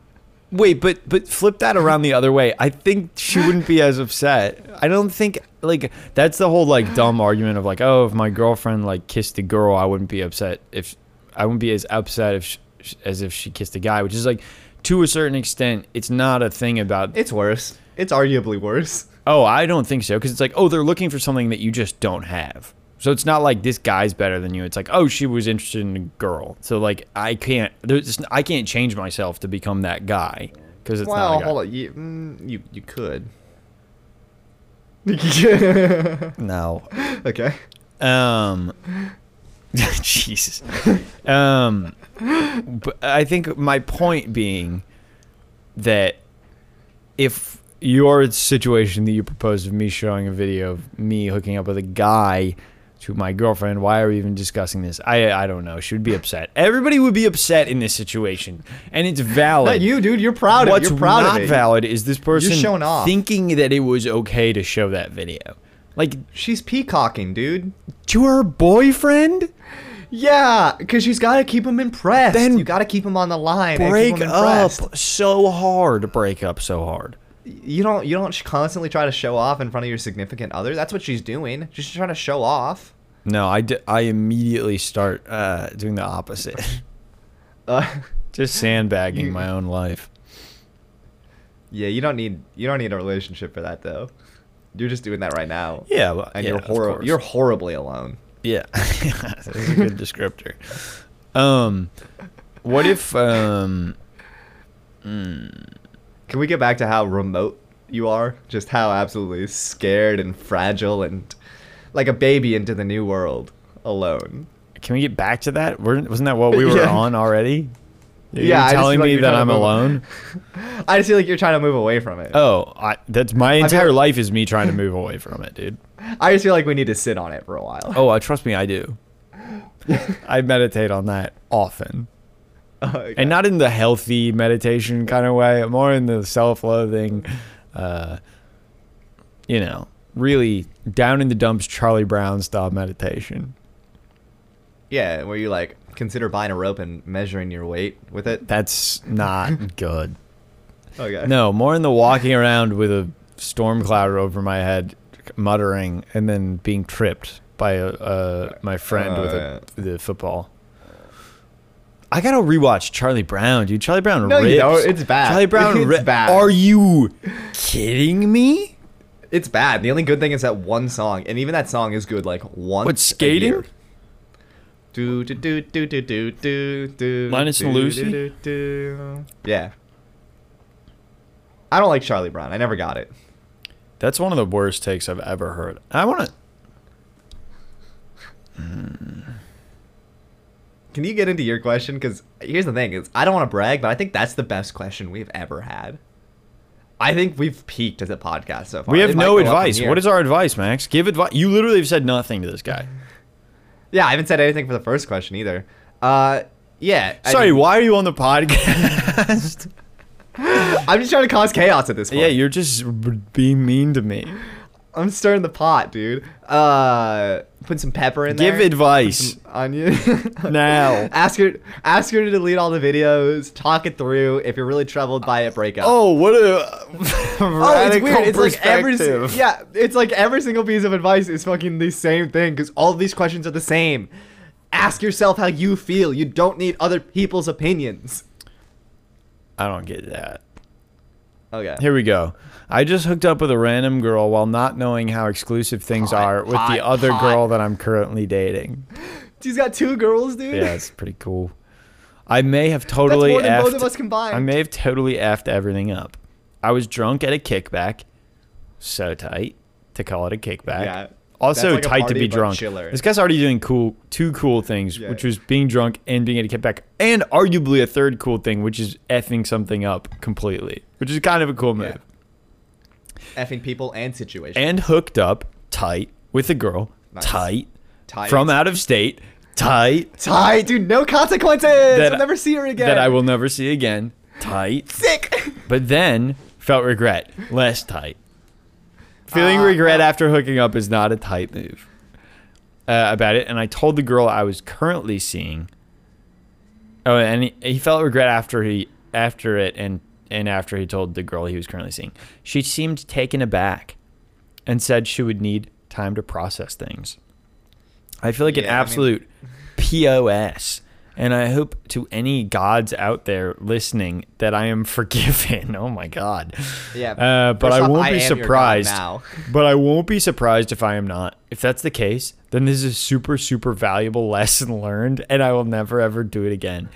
S1: wait but but flip that around the other way i think she wouldn't be as upset i don't think like that's the whole like dumb argument of like oh if my girlfriend like kissed a girl i wouldn't be upset if i wouldn't be as upset if sh as if she kissed a guy which is like to a certain extent, it's not a thing about
S2: It's worse. It's arguably worse.
S1: Oh, I don't think so. Because it's like, oh, they're looking for something that you just don't have. So it's not like this guy's better than you. It's like, oh, she was interested in a girl. So like, I can't, there's, just- I can't change myself to become that guy because it's
S2: well,
S1: not.
S2: hold on. You, mm, you you could. okay.
S1: on. No. Um, Jesus. Um, but I think my point being that if your situation that you proposed of me showing a video of me hooking up with a guy to my girlfriend, why are we even discussing this? I I don't know. She would be upset. Everybody would be upset in this situation, and it's valid.
S2: Not you, dude. You're proud of it.
S1: What's
S2: You're proud
S1: not
S2: of it.
S1: valid is this person
S2: showing off.
S1: thinking that it was okay to show that video, like
S2: She's peacocking, dude.
S1: to her boyfriend.
S2: Yeah, because she's got to keep him impressed.
S1: Then
S2: you got to keep him on the line. and keep
S1: break
S2: him impressed.
S1: up so hard break up so hard
S2: You don't you don't constantly try to show off in front of your significant other. That's what she's doing. She's trying to show off.
S1: no i, d- I immediately start uh, doing the opposite
S2: Uh,
S1: just sandbagging my own life
S2: yeah, you don't need you don't need a relationship for that though. You're just doing that right now.
S1: yeah well,
S2: and
S1: yeah,
S2: you're
S1: of
S2: horrible.
S1: course.
S2: You're horribly alone.
S1: yeah that's a good descriptor um what if um
S2: Can we get back to how remote you are? Just how absolutely scared and fragile and like a baby into the new world alone.
S1: can we get back to that We're, wasn't that what we were
S2: Yeah.
S1: on already you're
S2: Yeah, I just
S1: telling
S2: feel like
S1: me
S2: you're
S1: that
S2: trying to
S1: i'm
S2: move-
S1: alone
S2: I just feel like you're trying to move away from it.
S1: oh I, that's my
S2: feel
S1: entire
S2: like-
S1: life is me trying to move away from it dude
S2: I just feel like we need to sit on it for a while.
S1: oh uh, trust me i do i meditate on that often
S2: Okay.
S1: and not in the healthy meditation kind of way, more in the self-loathing, uh, you know, really down in the dumps, Charlie Brown style meditation.
S2: yeah, where you like consider buying a rope and measuring your weight with it.
S1: That's not good.
S2: Okay.
S1: No, more in the walking around with a storm cloud over my head, muttering, and then being tripped by a, uh, my friend
S2: Oh,
S1: with a, the football. I gotta rewatch Charlie Brown, dude. Charlie Brown
S2: No, you
S1: rips.
S2: don't. It's bad.
S1: Charlie Brown
S2: It's
S1: ri-
S2: bad.
S1: Are you kidding me?
S2: It's bad. The only good thing is that one song, and even that song is good. Like once.
S1: What, skating?
S2: A year. Do do do do do do do do.
S1: Linus and
S2: do,
S1: Lucy?
S2: do, do, do. Yeah. I don't like Charlie Brown. I never got it.
S1: That's one of the worst takes I've ever heard. I want to.
S2: Can you get into your question? Because here's the thing: is I don't want to brag, but I think that's the best question we've ever had. I think we've peaked as a podcast so far.
S1: We have
S2: It might
S1: no
S2: go up from
S1: advice.
S2: here.
S1: What is our advice, Max? Give advice. You literally have said nothing to this guy.
S2: Yeah, I haven't said anything for the first question either. Uh, yeah. I-
S1: Sorry, why are you on the podcast?
S2: I'm just trying to cause chaos at this point.
S1: yeah, you're just r- being mean to me.
S2: I'm stirring the pot, dude. Uh, put some pepper in
S1: Give
S2: there.
S1: advice.
S2: some onion.
S1: Now.
S2: Ask her. Ask her to delete all the videos. Talk it through. If you're really troubled by a breakup.
S1: Oh, what a
S2: Oh,
S1: radical
S2: it's weird. It's like every si-
S1: perspective.
S2: yeah, it's like every single piece of advice is fucking the same thing because all these questions are the same. Ask yourself how you feel. You don't need other people's opinions.
S1: I don't get that.
S2: Okay.
S1: Here we go. I just hooked up with a random girl while not knowing how exclusive things
S2: Hot,
S1: are with
S2: hot,
S1: the other
S2: hot.
S1: girl that I'm currently dating.
S2: She's got two girls, dude.
S1: Yeah, it's pretty cool. I may have totally
S2: more than both
S1: effed-
S2: of us combined.
S1: I may have totally effed everything up. I was drunk at a kickback. So tight to call it a kickback.
S2: Yeah,
S1: Also
S2: that's like a
S1: tight to
S2: party,
S1: be
S2: but
S1: drunk.
S2: chiller.
S1: This guy's already doing cool two cool things,
S2: Yeah.
S1: which was being drunk and being at a kickback, and arguably a third cool thing, which is effing something up completely, which is kind of a cool move.
S2: Yeah. Effing people and situations.
S1: And hooked up tight with a girl,
S2: Nice.
S1: tight,
S2: Tight.
S1: from out of state, tight,
S2: Tight, dude. No consequences.
S1: That-
S2: I'll never see her again.
S1: that I will never see again, tight.
S2: Sick.
S1: But then felt regret, less tight. Feeling
S2: Ah.
S1: regret after hooking up is not a tight move uh, about it. And I told the girl I was currently seeing. Oh, and he, he felt regret after he after it, and and after he told the girl he was currently seeing. She seemed taken aback, and said she would need time to process things. I feel like an
S2: Yeah, I mean-
S1: absolute pos, And I hope to any gods out there listening that I am forgiven. Oh my God.
S2: Yeah.
S1: Uh, but
S2: first
S1: I
S2: off,
S1: won't be
S2: am your god
S1: surprised.
S2: now.
S1: But I won't be surprised if I am not. If that's the case, then this is a super, super valuable lesson learned, and I will never, ever do it again.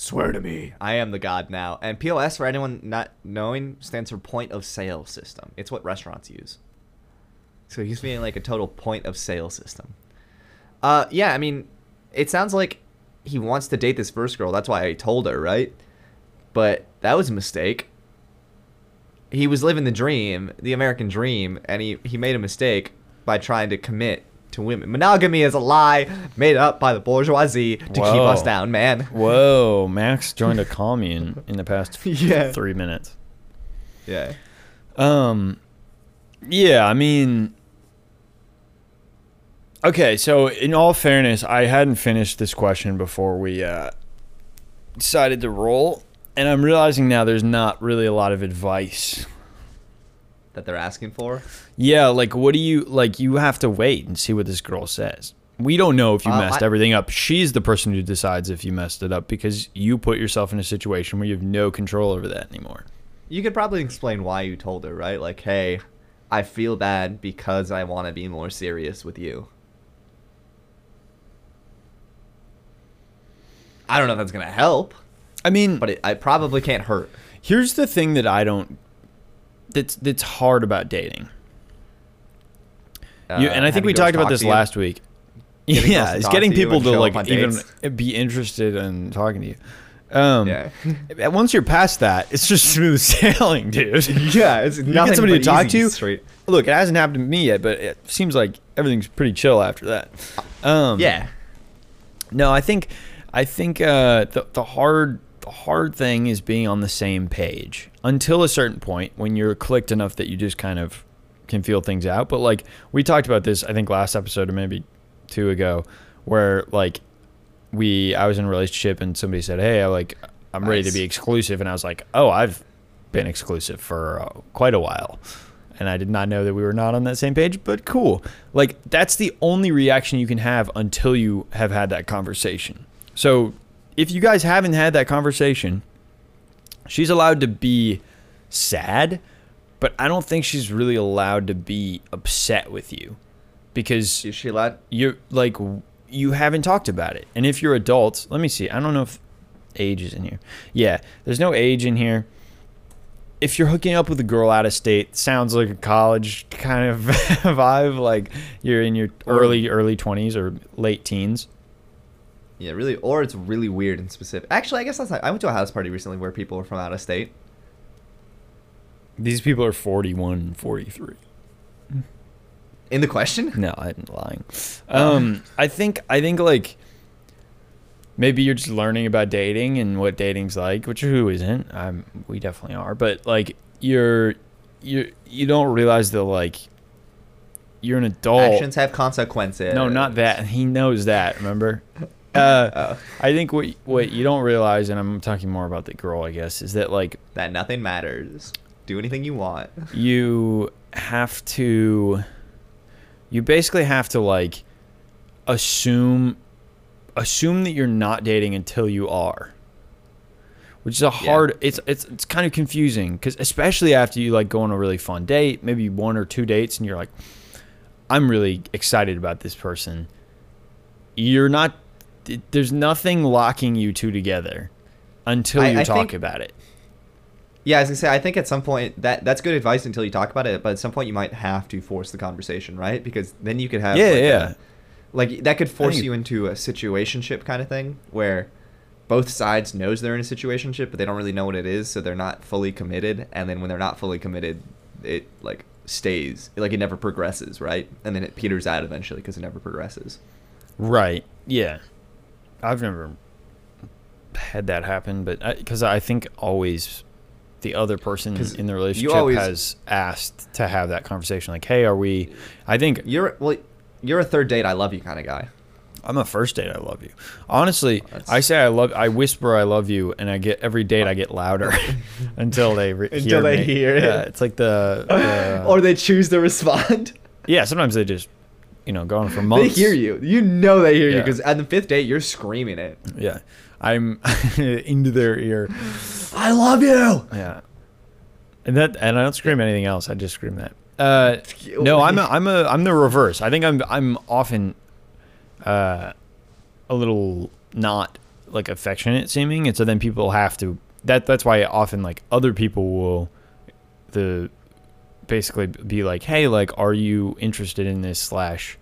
S2: Swear to me. I am the god now. And POS, for anyone not knowing, stands for point of sale system. It's what restaurants use. So he's being like a total point of sale system. Uh, yeah, I mean, it sounds like he wants to date this first girl. That's why I told her, right? But that was a mistake. He was living the dream, the American dream, and he, he made a mistake by trying to commit to women. Monogamy is a lie made up by the bourgeoisie to keep
S1: Whoa.
S2: us down, man.
S1: Whoa, Max joined a commune in the past
S2: Yeah.
S1: three minutes.
S2: Yeah.
S1: Um, yeah, I mean, okay. So, in all fairness, I hadn't finished this question before we uh, decided to roll, and I'm realizing now there's not really a lot of advice.
S2: that they're asking for.
S1: Yeah, like what do you like? You have to wait and see what this girl says. We don't know if you
S2: Uh,
S1: messed
S2: I-
S1: everything up. She's the person who decides if you messed it up because you put yourself in a situation where you have no control over that anymore.
S2: You could probably explain why you told her, right? Like, hey, I feel bad because I want to be more serious with you. I don't know if that's gonna help,
S1: I mean,
S2: but it, I probably can't hurt.
S1: Here's the thing that I don't that's that's hard about dating. You,
S2: Uh,
S1: and I think
S2: having
S1: we
S2: girls
S1: talked about
S2: talk
S1: this
S2: to you.
S1: last week.
S2: Getting girls
S1: yeah,
S2: to
S1: it's
S2: talk
S1: getting
S2: to you
S1: people
S2: and
S1: to
S2: show up
S1: like
S2: on
S1: even
S2: dates.
S1: be interested in talking to you. Um,
S2: Yeah,
S1: and Once you're past that, it's just smooth sailing, dude.
S2: yeah. It's
S1: You get somebody to talk to.
S2: Straight.
S1: Look, it hasn't happened to me yet, but it seems like everything's pretty chill after that. Um,
S2: Yeah,
S1: No, I think I think uh, the the hard the hard thing is being on the same page until a certain point when you're clicked enough that you just kind of can feel things out. But like we talked about this, I think last episode or maybe two ago, where like we I was in a relationship and somebody said, "Hey, I like I'm ready to
S2: Nice.
S1: be exclusive," and I was like, "Oh, I've been exclusive for uh, quite a while." And I did not know that we were not on that same page, but cool. Like that's the only reaction you can have until you have had that conversation. So, if you guys haven't had that conversation, she's allowed to be sad, but I don't think she's really allowed to be upset with you because
S2: is she allowed?
S1: you're like w- you haven't talked about it and if you're adults let me see i don't know if age is in here yeah there's no age in here if you're hooking up with a girl out of state sounds like a college kind of vibe like you're in your early early 20s or late teens
S2: Yeah, really. Or it's really weird and specific. Actually, I guess that's. Not, I went to a house party recently where people were from out of state.
S1: these people are 41 and 43
S2: In the question.
S1: No, I'm lying. Um, I think I think like maybe you're just learning about dating and what dating's like, which who isn't? I'm we definitely are, but like you're you you don't realize that like you're an adult.
S2: Actions have consequences.
S1: Oh. No, not that. He knows that. Remember. Uh,
S2: Oh.
S1: I think what what you don't realize, and I'm talking more about the girl, I guess, is that like
S2: that nothing matters. Do anything you want.
S1: you have to you basically have to like assume assume that you're not dating until you are which is a hard it's it's it's kind of confusing cuz especially after you like go on a really fun date maybe one or two dates and you're like I'm really excited about this person you're not th- there's nothing locking you two together until
S2: I-
S1: you
S2: I
S1: talk
S2: think-
S1: about it
S2: Yeah, as I say, I think at some point that that's good advice until you talk about it. But at some point, you might have to force the conversation, right? Because then you could have
S1: yeah
S2: like,
S1: yeah
S2: a- like that could force
S1: think-
S2: you into a situationship kind of thing where both sides knows they're in a situationship, but they don't really know what it is, so they're not fully committed. And then when they're not fully committed, it like stays like it never progresses, right? And then it peters out eventually because it never progresses.
S1: Right. Yeah. I've never had that happen, but because I, think always the other person
S2: 'Cause
S1: in the
S2: you
S1: relationship
S2: always-
S1: has asked to have that conversation. Like, hey, are we? I think
S2: You're well, you're a third date, I love you kind of guy.
S1: I'm a first date. I love you. Honestly,
S2: That's-
S1: I say I love. I whisper I love you, and I get every date I get louder until they re- hear
S2: Until they
S1: me.
S2: hear it.
S1: Yeah, it's like the, the
S2: or they choose to respond.
S1: yeah. Sometimes they just you know going for
S2: They
S1: months.
S2: hear you. You know they hear you
S1: Yeah.
S2: because on the fifth day you're screaming it.
S1: Yeah, I'm into their ear.
S2: I love you.
S1: Yeah, and that and I don't scream anything else. I just scream that. Uh, no, I'm a, I'm a I'm the reverse. I think I'm I'm often uh, a little not like affectionate seeming, and so then people have to that that's why often like other people will the basically be like, hey, like, are you interested in this slash?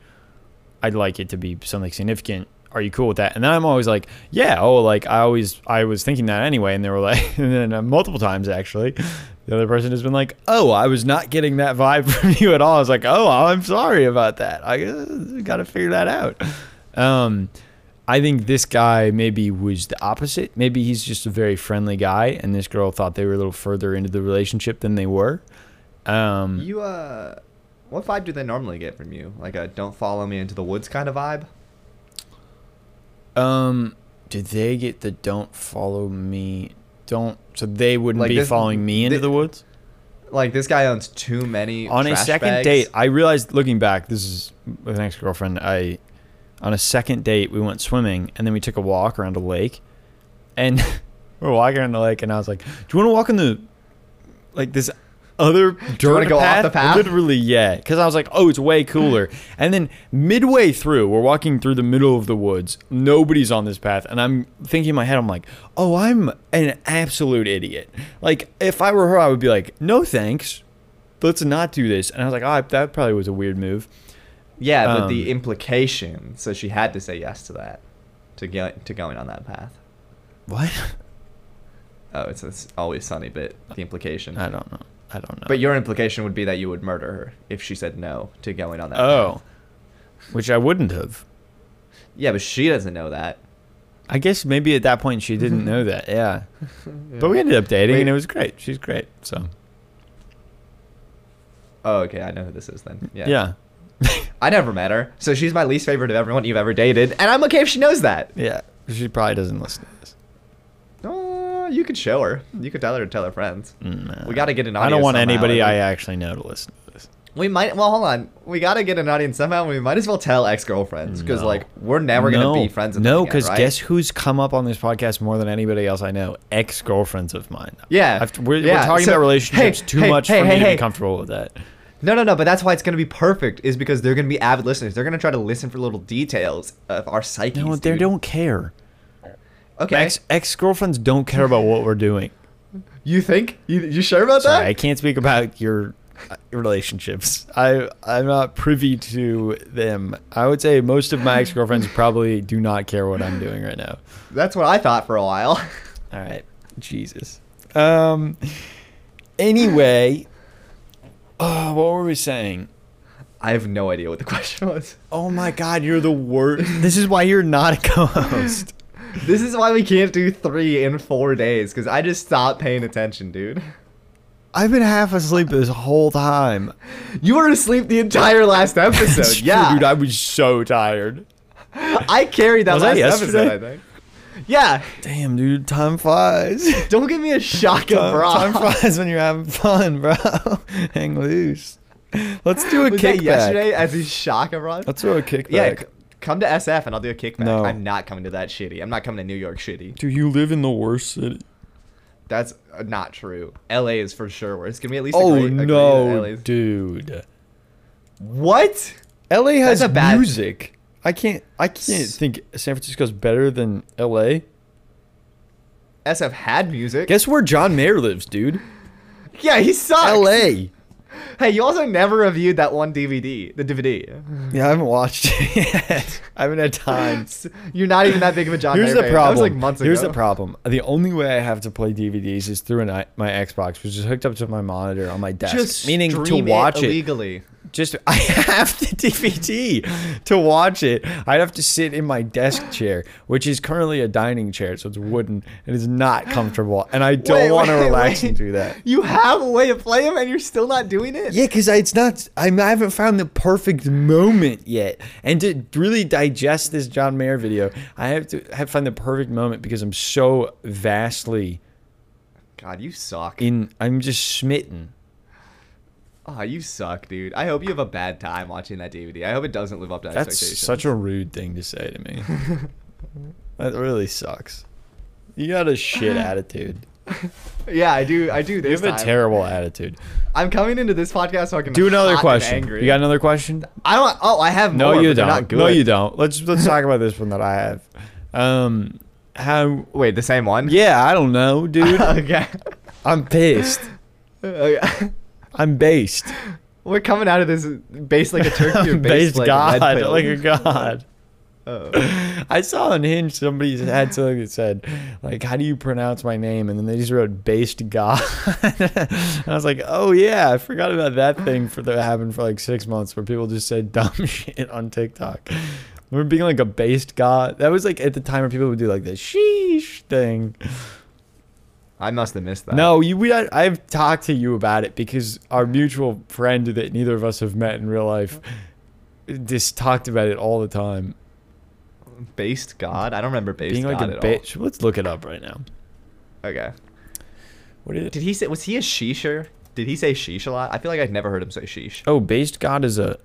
S1: I'd like it to be something significant. Are you cool with that? And then I'm always like, yeah, oh, like I always I was thinking that anyway. And they were like, and then uh, multiple times actually, the other person has been like, oh, I was not getting that vibe from you at all. I was like, oh, I'm sorry about that. I got to figure that out. Um, I think this guy maybe was the opposite. Maybe he's just a very friendly guy, and this girl thought they were a little further into the relationship than they were. Um,
S2: You uh, what vibe do they normally get from you? Like a "Don't follow me into the woods" kind of vibe.
S1: Um, did they get the don't follow me? Don't so they wouldn't
S2: Like
S1: be
S2: this-
S1: following me into
S2: thi-
S1: the woods
S2: Like this guy owns too many.
S1: on a
S2: trash
S1: second
S2: bags.
S1: date. I realized looking back, this is with an ex girlfriend. I on a second date we went swimming and then we took a walk around a lake, and we're walking around the lake and I was like, "Do you want to walk in the like this?" Other dirt
S2: wanna go off
S1: path?
S2: the path?
S1: Literally, yeah. Because I was like, "Oh, it's way cooler." and then midway through, we're walking through the middle of the woods. Nobody's on this path, and I'm thinking in my head, I'm like, "Oh, I'm an absolute idiot." Like, if I were her, I would be like, "No, thanks let's not do this. And I was like, oh, that probably was a weird move.
S2: Yeah, but the
S1: Um,
S2: implication. So she had to say yes to that, to get to going on that path.
S1: What?
S2: Oh, it's, it's always sunny bit. The implication.
S1: I don't know. I don't know.
S2: But your implication would be that you would murder her if she said no to going on that.
S1: oh, which I wouldn't have.
S2: path. Yeah, but she doesn't know that.
S1: I guess maybe at that point she
S2: Mm-hmm.
S1: didn't know that. Yeah. But we ended up dating and
S2: Wait.
S1: it was great. She's great. So
S2: Oh, okay, I know who this is then. Yeah.
S1: yeah. Yeah.
S2: I never met her, so she's my least favorite of everyone you've ever dated, and I'm okay if she knows that.
S1: She probably doesn't listen to this.
S2: Uh, you could show her. You could tell her to tell her friends.
S1: Mm, Nah.
S2: We gotta get an
S1: I
S2: audio
S1: don't want
S2: somehow,
S1: anybody
S2: I
S1: I
S2: think.
S1: actually know to listen to this.
S2: We might. Well, hold on. We gotta get an audience somehow. We might as well tell ex girlfriends because
S1: No.
S2: like we're never
S1: No.
S2: gonna be friends. with them
S1: No,
S2: again,
S1: because
S2: right?
S1: guess who's come up on this podcast more than anybody else I know? Ex girlfriends of mine.
S2: Yeah.
S1: I've, we're,
S2: Yeah,
S1: we're talking
S2: so-
S1: about relationships
S2: hey,
S1: too
S2: hey,
S1: much
S2: hey,
S1: for
S2: hey,
S1: me to
S2: hey.
S1: be comfortable with that.
S2: No, no, no. But that's why it's gonna be perfect. Is because they're gonna be avid listeners. They're gonna try to listen for little details of our psyches.
S1: No, they
S2: dude.
S1: don't care.
S2: Okay.
S1: Ex ex girlfriends don't care about what we're doing.
S2: you think? You, you sure about
S1: Sorry, I
S2: that?
S1: can't speak about your uh, relationships. I I'm not privy to them. I would say most of my ex girlfriends probably do not care what I'm doing right now.
S2: That's what I thought for a while.
S1: All right, Jesus. Um. Anyway, oh, what were we saying?
S2: I have no idea what the question was.
S1: Oh my God, you're the worst. this is why you're not a co-host.
S2: This is why we can't do three in four days because I just stopped paying attention, dude.
S1: I've been half asleep this whole time.
S2: You were asleep the entire last episode.
S1: It's true,
S2: yeah,
S1: dude, I was so tired.
S2: I carried that
S1: Was that
S2: last episode. I
S1: yesterday?
S2: think. Yeah,
S1: Damn, dude, time flies.
S2: don't give me a shock of
S1: time, Uh, time
S2: bra.
S1: flies when you're having fun, bro. Hang loose. Let's do a
S2: Was that
S1: kickback.
S2: yesterday as a shock of bra?
S1: Let's do a kickback.
S2: Yeah, c- come to SF and I'll do a kickback.
S1: No.
S2: I'm not coming to that shitty. I'm not coming to New York shitty.
S1: do you live in the worst city?
S2: That's uh, not true. LA is for sure worse. Can we at least?
S1: Oh
S2: agree, agree that LA
S1: no,
S2: is-
S1: dude.
S2: What?
S1: LA has
S2: a bad-
S1: music. I can't. I can't
S2: S-
S1: think San Francisco's better than LA.
S2: SF had music.
S1: Guess where John Mayer lives, dude?
S2: yeah, he sucks.
S1: LA.
S2: Hey, you also never reviewed that one DVD. The DVD.
S1: Yeah, I haven't watched it yet. I haven't had time.
S2: You're not even that big of a John.
S1: Here's
S2: Mayer
S1: the
S2: fan.
S1: problem.
S2: That was like months
S1: Here's
S2: ago.
S1: the problem. The only way I have to play DVDs is through an, i- my Xbox, which is hooked up to my monitor on my desk.
S2: Just
S1: meaning to
S2: stream
S1: watch it.
S2: illegally.
S1: Just I have the DVD to watch it. I'd have to sit in my desk chair, which is currently a dining chair, so it's wooden and it's not comfortable. And I don't
S2: Wait,
S1: want to
S2: wait,
S1: relax
S2: wait.
S1: and do that.
S2: You have a way to play him, and you're still not doing it.
S1: Yeah, because it's not. I'm, I haven't found the perfect moment yet, and to really digest this John Mayer video, I have to have find the perfect moment because I'm so vastly
S2: God, you suck.
S1: in. I'm just smitten.
S2: Oh, you suck, dude. I hope you have a bad time watching that DVD. I hope it doesn't live up to
S1: That's
S2: expectations.
S1: such a rude thing to say to me. that really sucks. You got a shit attitude.
S2: yeah, I do. I do.
S1: You
S2: This
S1: have a
S2: time.
S1: terrible attitude.
S2: I'm coming into this podcast fucking.
S1: Do another
S2: hot and
S1: question.
S2: Angry.
S1: You got another question?
S2: I don't. Oh, I have.
S1: No,
S2: more,
S1: you
S2: but they're
S1: don't.
S2: Not good.
S1: No, you don't. Let's let's talk about this one that I have. Um, how?
S2: Wait, the same one.
S1: Yeah, I don't know, dude.
S2: okay.
S1: I'm pissed.
S2: Okay.
S1: I'm based.
S2: We're coming out of this based like a turkey. Or
S1: I'm based
S2: based, like
S1: god,
S2: A red pill.
S1: like a god.
S2: Oh.
S1: I saw on Hinge somebody had something that said, like, how do you pronounce my name? And then they just wrote based God. I was like, oh yeah, I forgot about that thing for that happened for like six months where people just said dumb shit on TikTok. We We're being like a based God. That was like at the time where people would do like the sheesh thing.
S2: I must have missed that.
S1: No, you. We. I, I've talked to you about it because our mutual friend that neither of us have met in real life just talked about it all the time.
S2: Based God. I don't remember based
S1: being like
S2: God
S1: a
S2: at
S1: bitch. Let's look it up right now.
S2: all. Okay.
S1: What is it?
S2: Did he say? Was he a sheesher? Did he say sheesh a lot? I feel like I'd never heard him say sheesh.
S1: Oh, based god is a.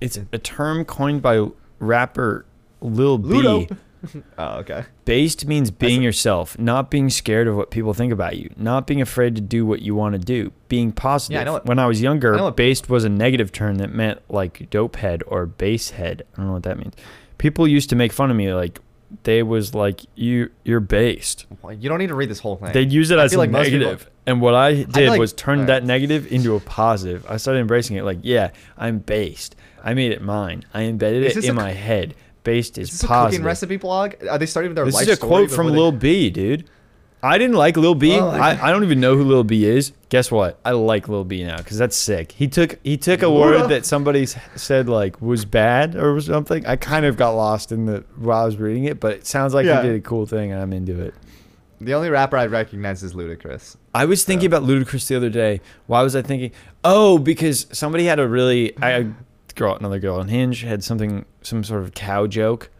S1: It's a term coined by rapper Lil
S2: Ludo.
S1: B.
S2: Oh, okay.
S1: Based means being
S2: That's-
S1: yourself, not being scared of what people think about you, not being afraid to do what you want to do, being positive.
S2: know what-
S1: when I was younger,
S2: I know what-
S1: based was a negative term that meant like dope head or base head. I don't know what that means. People used to make fun of me like they was like you you're based.
S2: Well, you don't need to read this whole thing.
S1: They'd use it
S2: I
S1: as
S2: feel
S1: a
S2: like most people-
S1: negative. and what I did
S2: like-
S1: was turn
S2: alright.
S1: that negative into a positive. I started embracing it like, yeah, I'm based. I made it mine. I embedded
S2: Is
S1: it
S2: this
S1: in
S2: a
S1: my head. Based
S2: Is
S1: is,
S2: this a cooking
S1: positive.
S2: recipe blog? Are they starting with their
S1: This
S2: life
S1: is a
S2: story
S1: quote
S2: before
S1: from
S2: they-
S1: Lil B, dude. I didn't like Lil B.
S2: Oh,
S1: I
S2: I-
S1: I don't even know who Lil B is. Guess what? I like Lil B now because that's sick. He took he took a
S2: Luda.
S1: word that somebody s- said like was bad or something. I kind of got lost in the while I was reading it, but it sounds like
S2: Yeah.
S1: he did a cool thing and I'm into it.
S2: The only rapper I recognize is Ludacris.
S1: I was thinking about Ludacris the other day. Why was I thinking? Oh, because somebody had a really I a girl, another girl on Hinge had something, some sort of cow joke,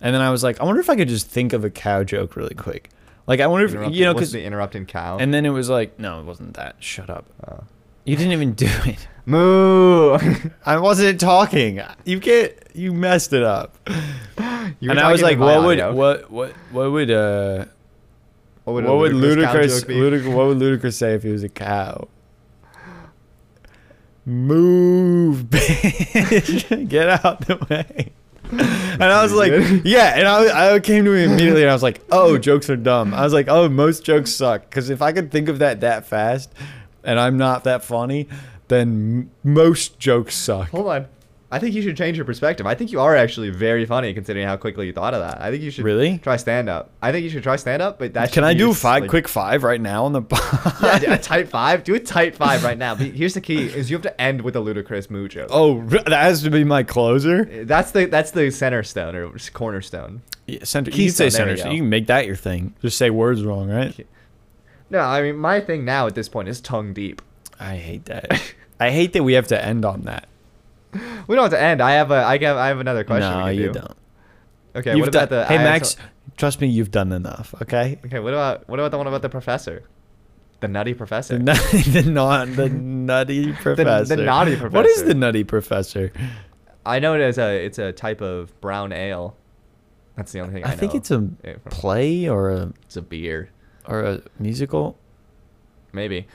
S1: and then I was like, I wonder if I could just think of a cow joke really quick. Like I wonder if
S2: Interrupt-
S1: you know,
S2: what's
S1: because
S2: the interrupting cow.
S1: and then it was like, no, it wasn't that. Shut up.
S2: Oh.
S1: You didn't even do it.
S2: moo.
S1: I wasn't talking. You can't. You messed it up.
S2: You were
S1: and I was like,
S2: talking to my
S1: what would
S2: audio.
S1: what what what would uh
S2: What
S1: what would,
S2: would,
S1: Ludacris
S2: Ludacris? Ludacris
S1: Ludic, what would Ludacris say if he was a cow? Move, bitch. Get out the way. And I was like,
S2: Pretty good.
S1: yeah. And I, I came to me immediately and I was like, oh, jokes are dumb. I was like, oh, most jokes suck. Because if I could think of that that fast and I'm not that funny, then m- most jokes suck.
S2: Hold on. I think you should change your perspective. I think you are actually very funny considering how quickly you thought of that. I think you should
S1: Really?
S2: try stand up. I think you should try stand up, but that
S1: Can
S2: should
S1: I
S2: be
S1: do
S2: your,
S1: five,
S2: like-
S1: quick five right now on the
S2: Yeah,
S1: pod?
S2: do a tight five. Do a tight five right now. But here's the key: is you have to end with a ludicrous moo joke.
S1: Oh, re- that has to be my closer?
S2: That's the that's the center stone or cornerstone.
S1: Yeah, center. You can
S2: Keystone,
S1: say
S2: there we
S1: center.
S2: go.
S1: You can make that your thing. Just say words wrong, right?
S2: No, I mean my thing now at this point is tongue deep.
S1: I hate that. I hate that we have to end on that.
S2: We don't have to end. I have a I have I have another question.
S1: no,
S2: we can
S1: you
S2: do.
S1: don't.
S2: Okay,
S1: You've
S2: what about
S1: done-
S2: the
S1: hey,
S2: I have
S1: Max,
S2: some-
S1: trust me, you've done enough, okay?
S2: okay, what about what about the one about the professor, the nutty professor?
S1: The, nutty, the, non, the nutty professor.
S2: naughty
S1: What is
S2: professor.
S1: the nutty professor?
S2: I know it as a it's a type of brown ale. That's the only thing I,
S1: I think
S2: know.
S1: it's a
S2: Yeah, from-
S1: play or a
S2: it's a beer,
S1: or a musical.
S2: maybe.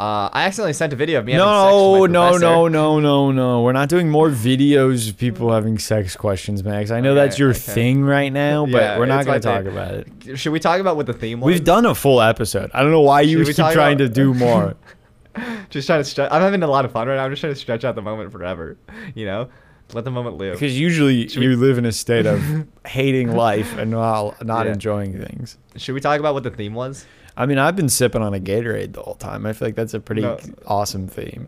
S2: Uh, I accidentally sent a video of me.
S1: No,
S2: having sex with my
S1: no,
S2: professor.
S1: no, no, no, no. We're not doing more videos of people having sex questions, Max. I know
S2: Okay,
S1: that's your
S2: okay.
S1: thing right now, but
S2: Yeah,
S1: we're not
S2: it's
S1: going
S2: my
S1: to talk
S2: thing.
S1: about it.
S2: Should we talk about what the theme was?
S1: We've done a full episode. I don't know why you
S2: Should we
S1: keep
S2: talk
S1: trying
S2: about-
S1: to do more.
S2: Just trying to stretch. I'm having a lot of fun right now. I'm just trying to stretch out the moment forever. You know, let the moment live.
S1: Because usually
S2: Should we-
S1: you live in a state of hating life and not, not
S2: Yeah.
S1: enjoying things.
S2: Should we talk about what the theme was?
S1: I mean, I've been sipping on a Gatorade the whole time. I feel like that's a pretty
S2: No.
S1: awesome theme.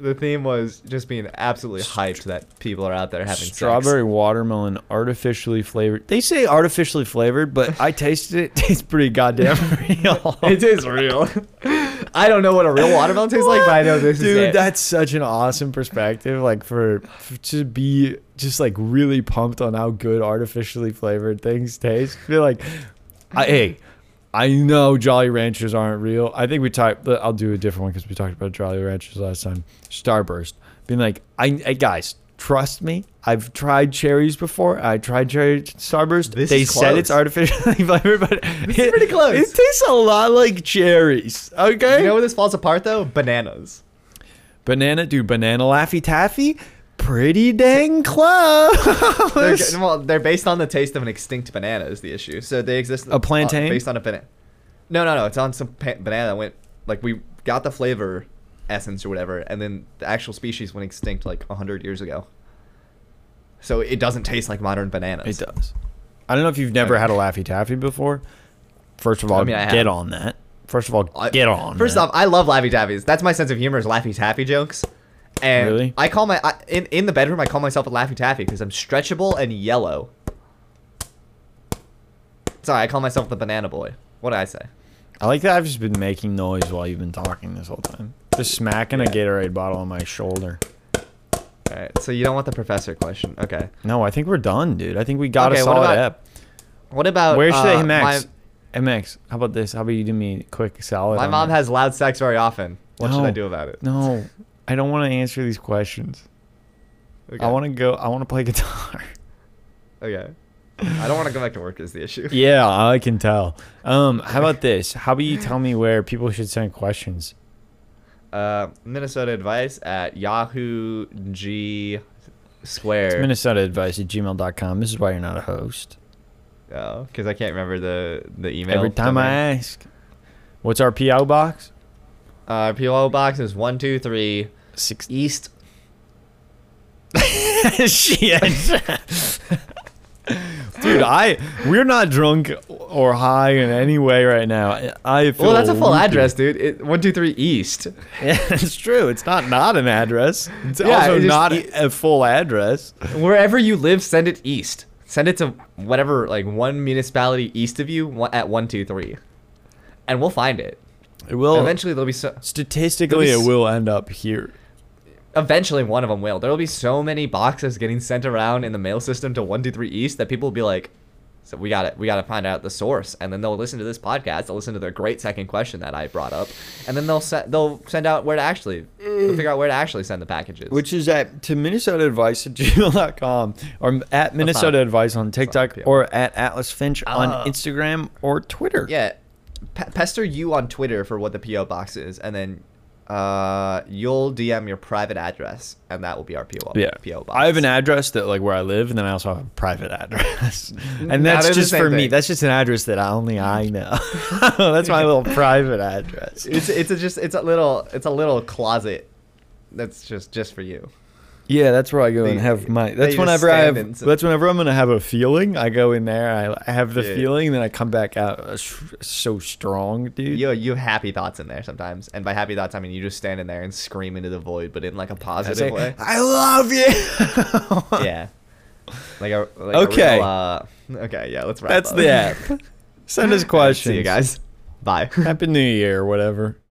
S2: The theme was just being absolutely hyped that people are out there having
S1: Strawberry watermelon artificially flavored. They say artificially flavored, but I tasted it. It tastes pretty goddamn real.
S2: Sex. It is real. I don't know what a real watermelon tastes like, but I know this
S1: Dude,
S2: is it.
S1: that's such an awesome perspective. Like for, for to be just like really pumped on how good artificially flavored things taste. Feel like, I, hey,
S4: I know Jolly Ranchers aren't real. I think we talked. I'll do a different one because we talked about Jolly Ranchers last time. Starburst. Being like, I hey guys, trust me. I've tried cherries before. I tried cherry Starburst.
S2: This
S4: they
S2: is
S4: said it's
S2: close.
S4: artificially flavored, but
S2: This is pretty close.
S4: It tastes a lot like cherries. Okay.
S2: You know where this falls apart though? Bananas.
S4: banana, dude. Banana Laffy Taffy. Pretty dang close.
S2: They're, g- well, they're based on the taste of an extinct banana is the issue. So they exist.
S4: A plantain?
S2: uh, based on a banana. No, no, no. It's on some pa- banana that went like we got the flavor essence or whatever, and then the actual species went extinct like hundred years ago. So it doesn't taste like modern bananas.
S4: It does. I don't know if you've never
S2: Okay.
S4: had a Laffy Taffy before. First of all,
S2: mean, I
S4: get
S2: have.
S4: on that. First of all,
S2: I-
S4: get on.
S2: First
S4: that.
S2: off, I love Laffy Taffies. That's my sense of humor is Laffy Taffy jokes. And
S1: Really?
S2: I call my I, in in the bedroom I call myself a Laffy Taffy because I'm stretchable and yellow. Sorry, I call myself the Banana Boy. What did I say?
S1: I like that I've just been making noise while you've been talking this whole time. Just smacking a Gatorade bottle on my shoulder.
S2: All right, so you don't want the professor question? Okay.
S1: No, I think we're done, dude. I think we got
S2: Okay,
S1: a
S2: what
S1: solid
S2: about-
S1: ep.
S2: What about
S1: Where should
S2: uh,
S1: I, MX?
S2: my-
S1: MX, how about this? How about you do me a quick salad?
S2: My,
S1: on
S2: mom
S1: that?
S2: has loud sex very often. What should
S1: No.
S2: I do about it?
S1: No, I don't want to answer these questions.
S2: Okay.
S1: I want to go. I want to play guitar.
S2: Okay. I don't want to go back to work. Is the issue?
S1: yeah, I can tell. Um, how about this? How about
S2: Mm.
S1: you tell me where people should send questions?
S2: Uh, Minnesota advice at Yahoo G
S1: It's
S2: Square.
S1: Minnesota advice at gmail.com. This is why you're not a host.
S2: Oh, because I can't remember the the email.
S1: Every time I
S2: domain.
S1: ask, what's our PO box?
S2: Uh, PO box is one two three
S1: Six.
S2: East.
S1: Shit. Dude, I we're not drunk or high in any way right now. I feel
S2: Well, that's a full
S1: loopy.
S2: address, dude. It, one two three East.
S1: Yeah, it's true. It's not not an address. It's
S2: Yeah,
S1: also
S2: it e- is-
S1: not a full address.
S2: Wherever you live, send it east. Send it to whatever like one municipality east of you one- at one two three, and we'll find it.
S1: It will
S2: eventually, there'll be so.
S1: statistically
S2: There'll
S1: it
S2: be s-
S1: will end up here.
S2: Eventually, one of them will. There'll be so many boxes getting sent around in the mail system to one two three East that people will be like, "So we got to We got to find out the source." And then they'll listen to this podcast. They'll listen to the great second question that I brought up, and then they'll se- they'll send out where to actually they'll figure out where to actually send the packages.
S1: Which is at to Minnesota Advice at gmail.com or at Minnesota Advice on TikTok
S2: PO.
S1: or at Atlas Finch
S2: Ah.
S1: on Instagram or Twitter.
S2: yeah, pe- pester you on Twitter for what the PO box is, and then. Uh, you'll DM your private address, and that will be our PO.
S1: Yeah.
S2: PO box.
S1: I have an address that like where I live and then I also have a private address.
S2: Now
S1: and that's
S2: they're the
S1: just
S2: same
S1: for me.
S2: thing.
S1: That's just an address that only I know. that's my little private address.
S2: It's it's a just it's a little it's a little closet that's just just for you.
S1: Yeah, that's where I go
S2: They-
S1: and have my.
S2: they
S1: That's
S2: just
S1: whenever I have.
S2: stand in some-
S1: That's whenever I'm gonna have a feeling. I go in there. I, I have the
S2: Yeah.
S1: feeling, then I come back out uh, s- so strong, dude.
S2: You you have happy thoughts in there sometimes, and by happy thoughts I mean you just stand in there and scream into the void, but in like
S1: I
S2: a positive
S1: say,
S2: way.
S1: I love you.
S2: yeah, like a like
S1: Okay.
S2: A real, uh, okay, yeah. Let's wrap.
S1: That's
S2: up.
S1: the app. Send us questions.
S2: See you guys. Bye.
S1: Happy New Year, whatever.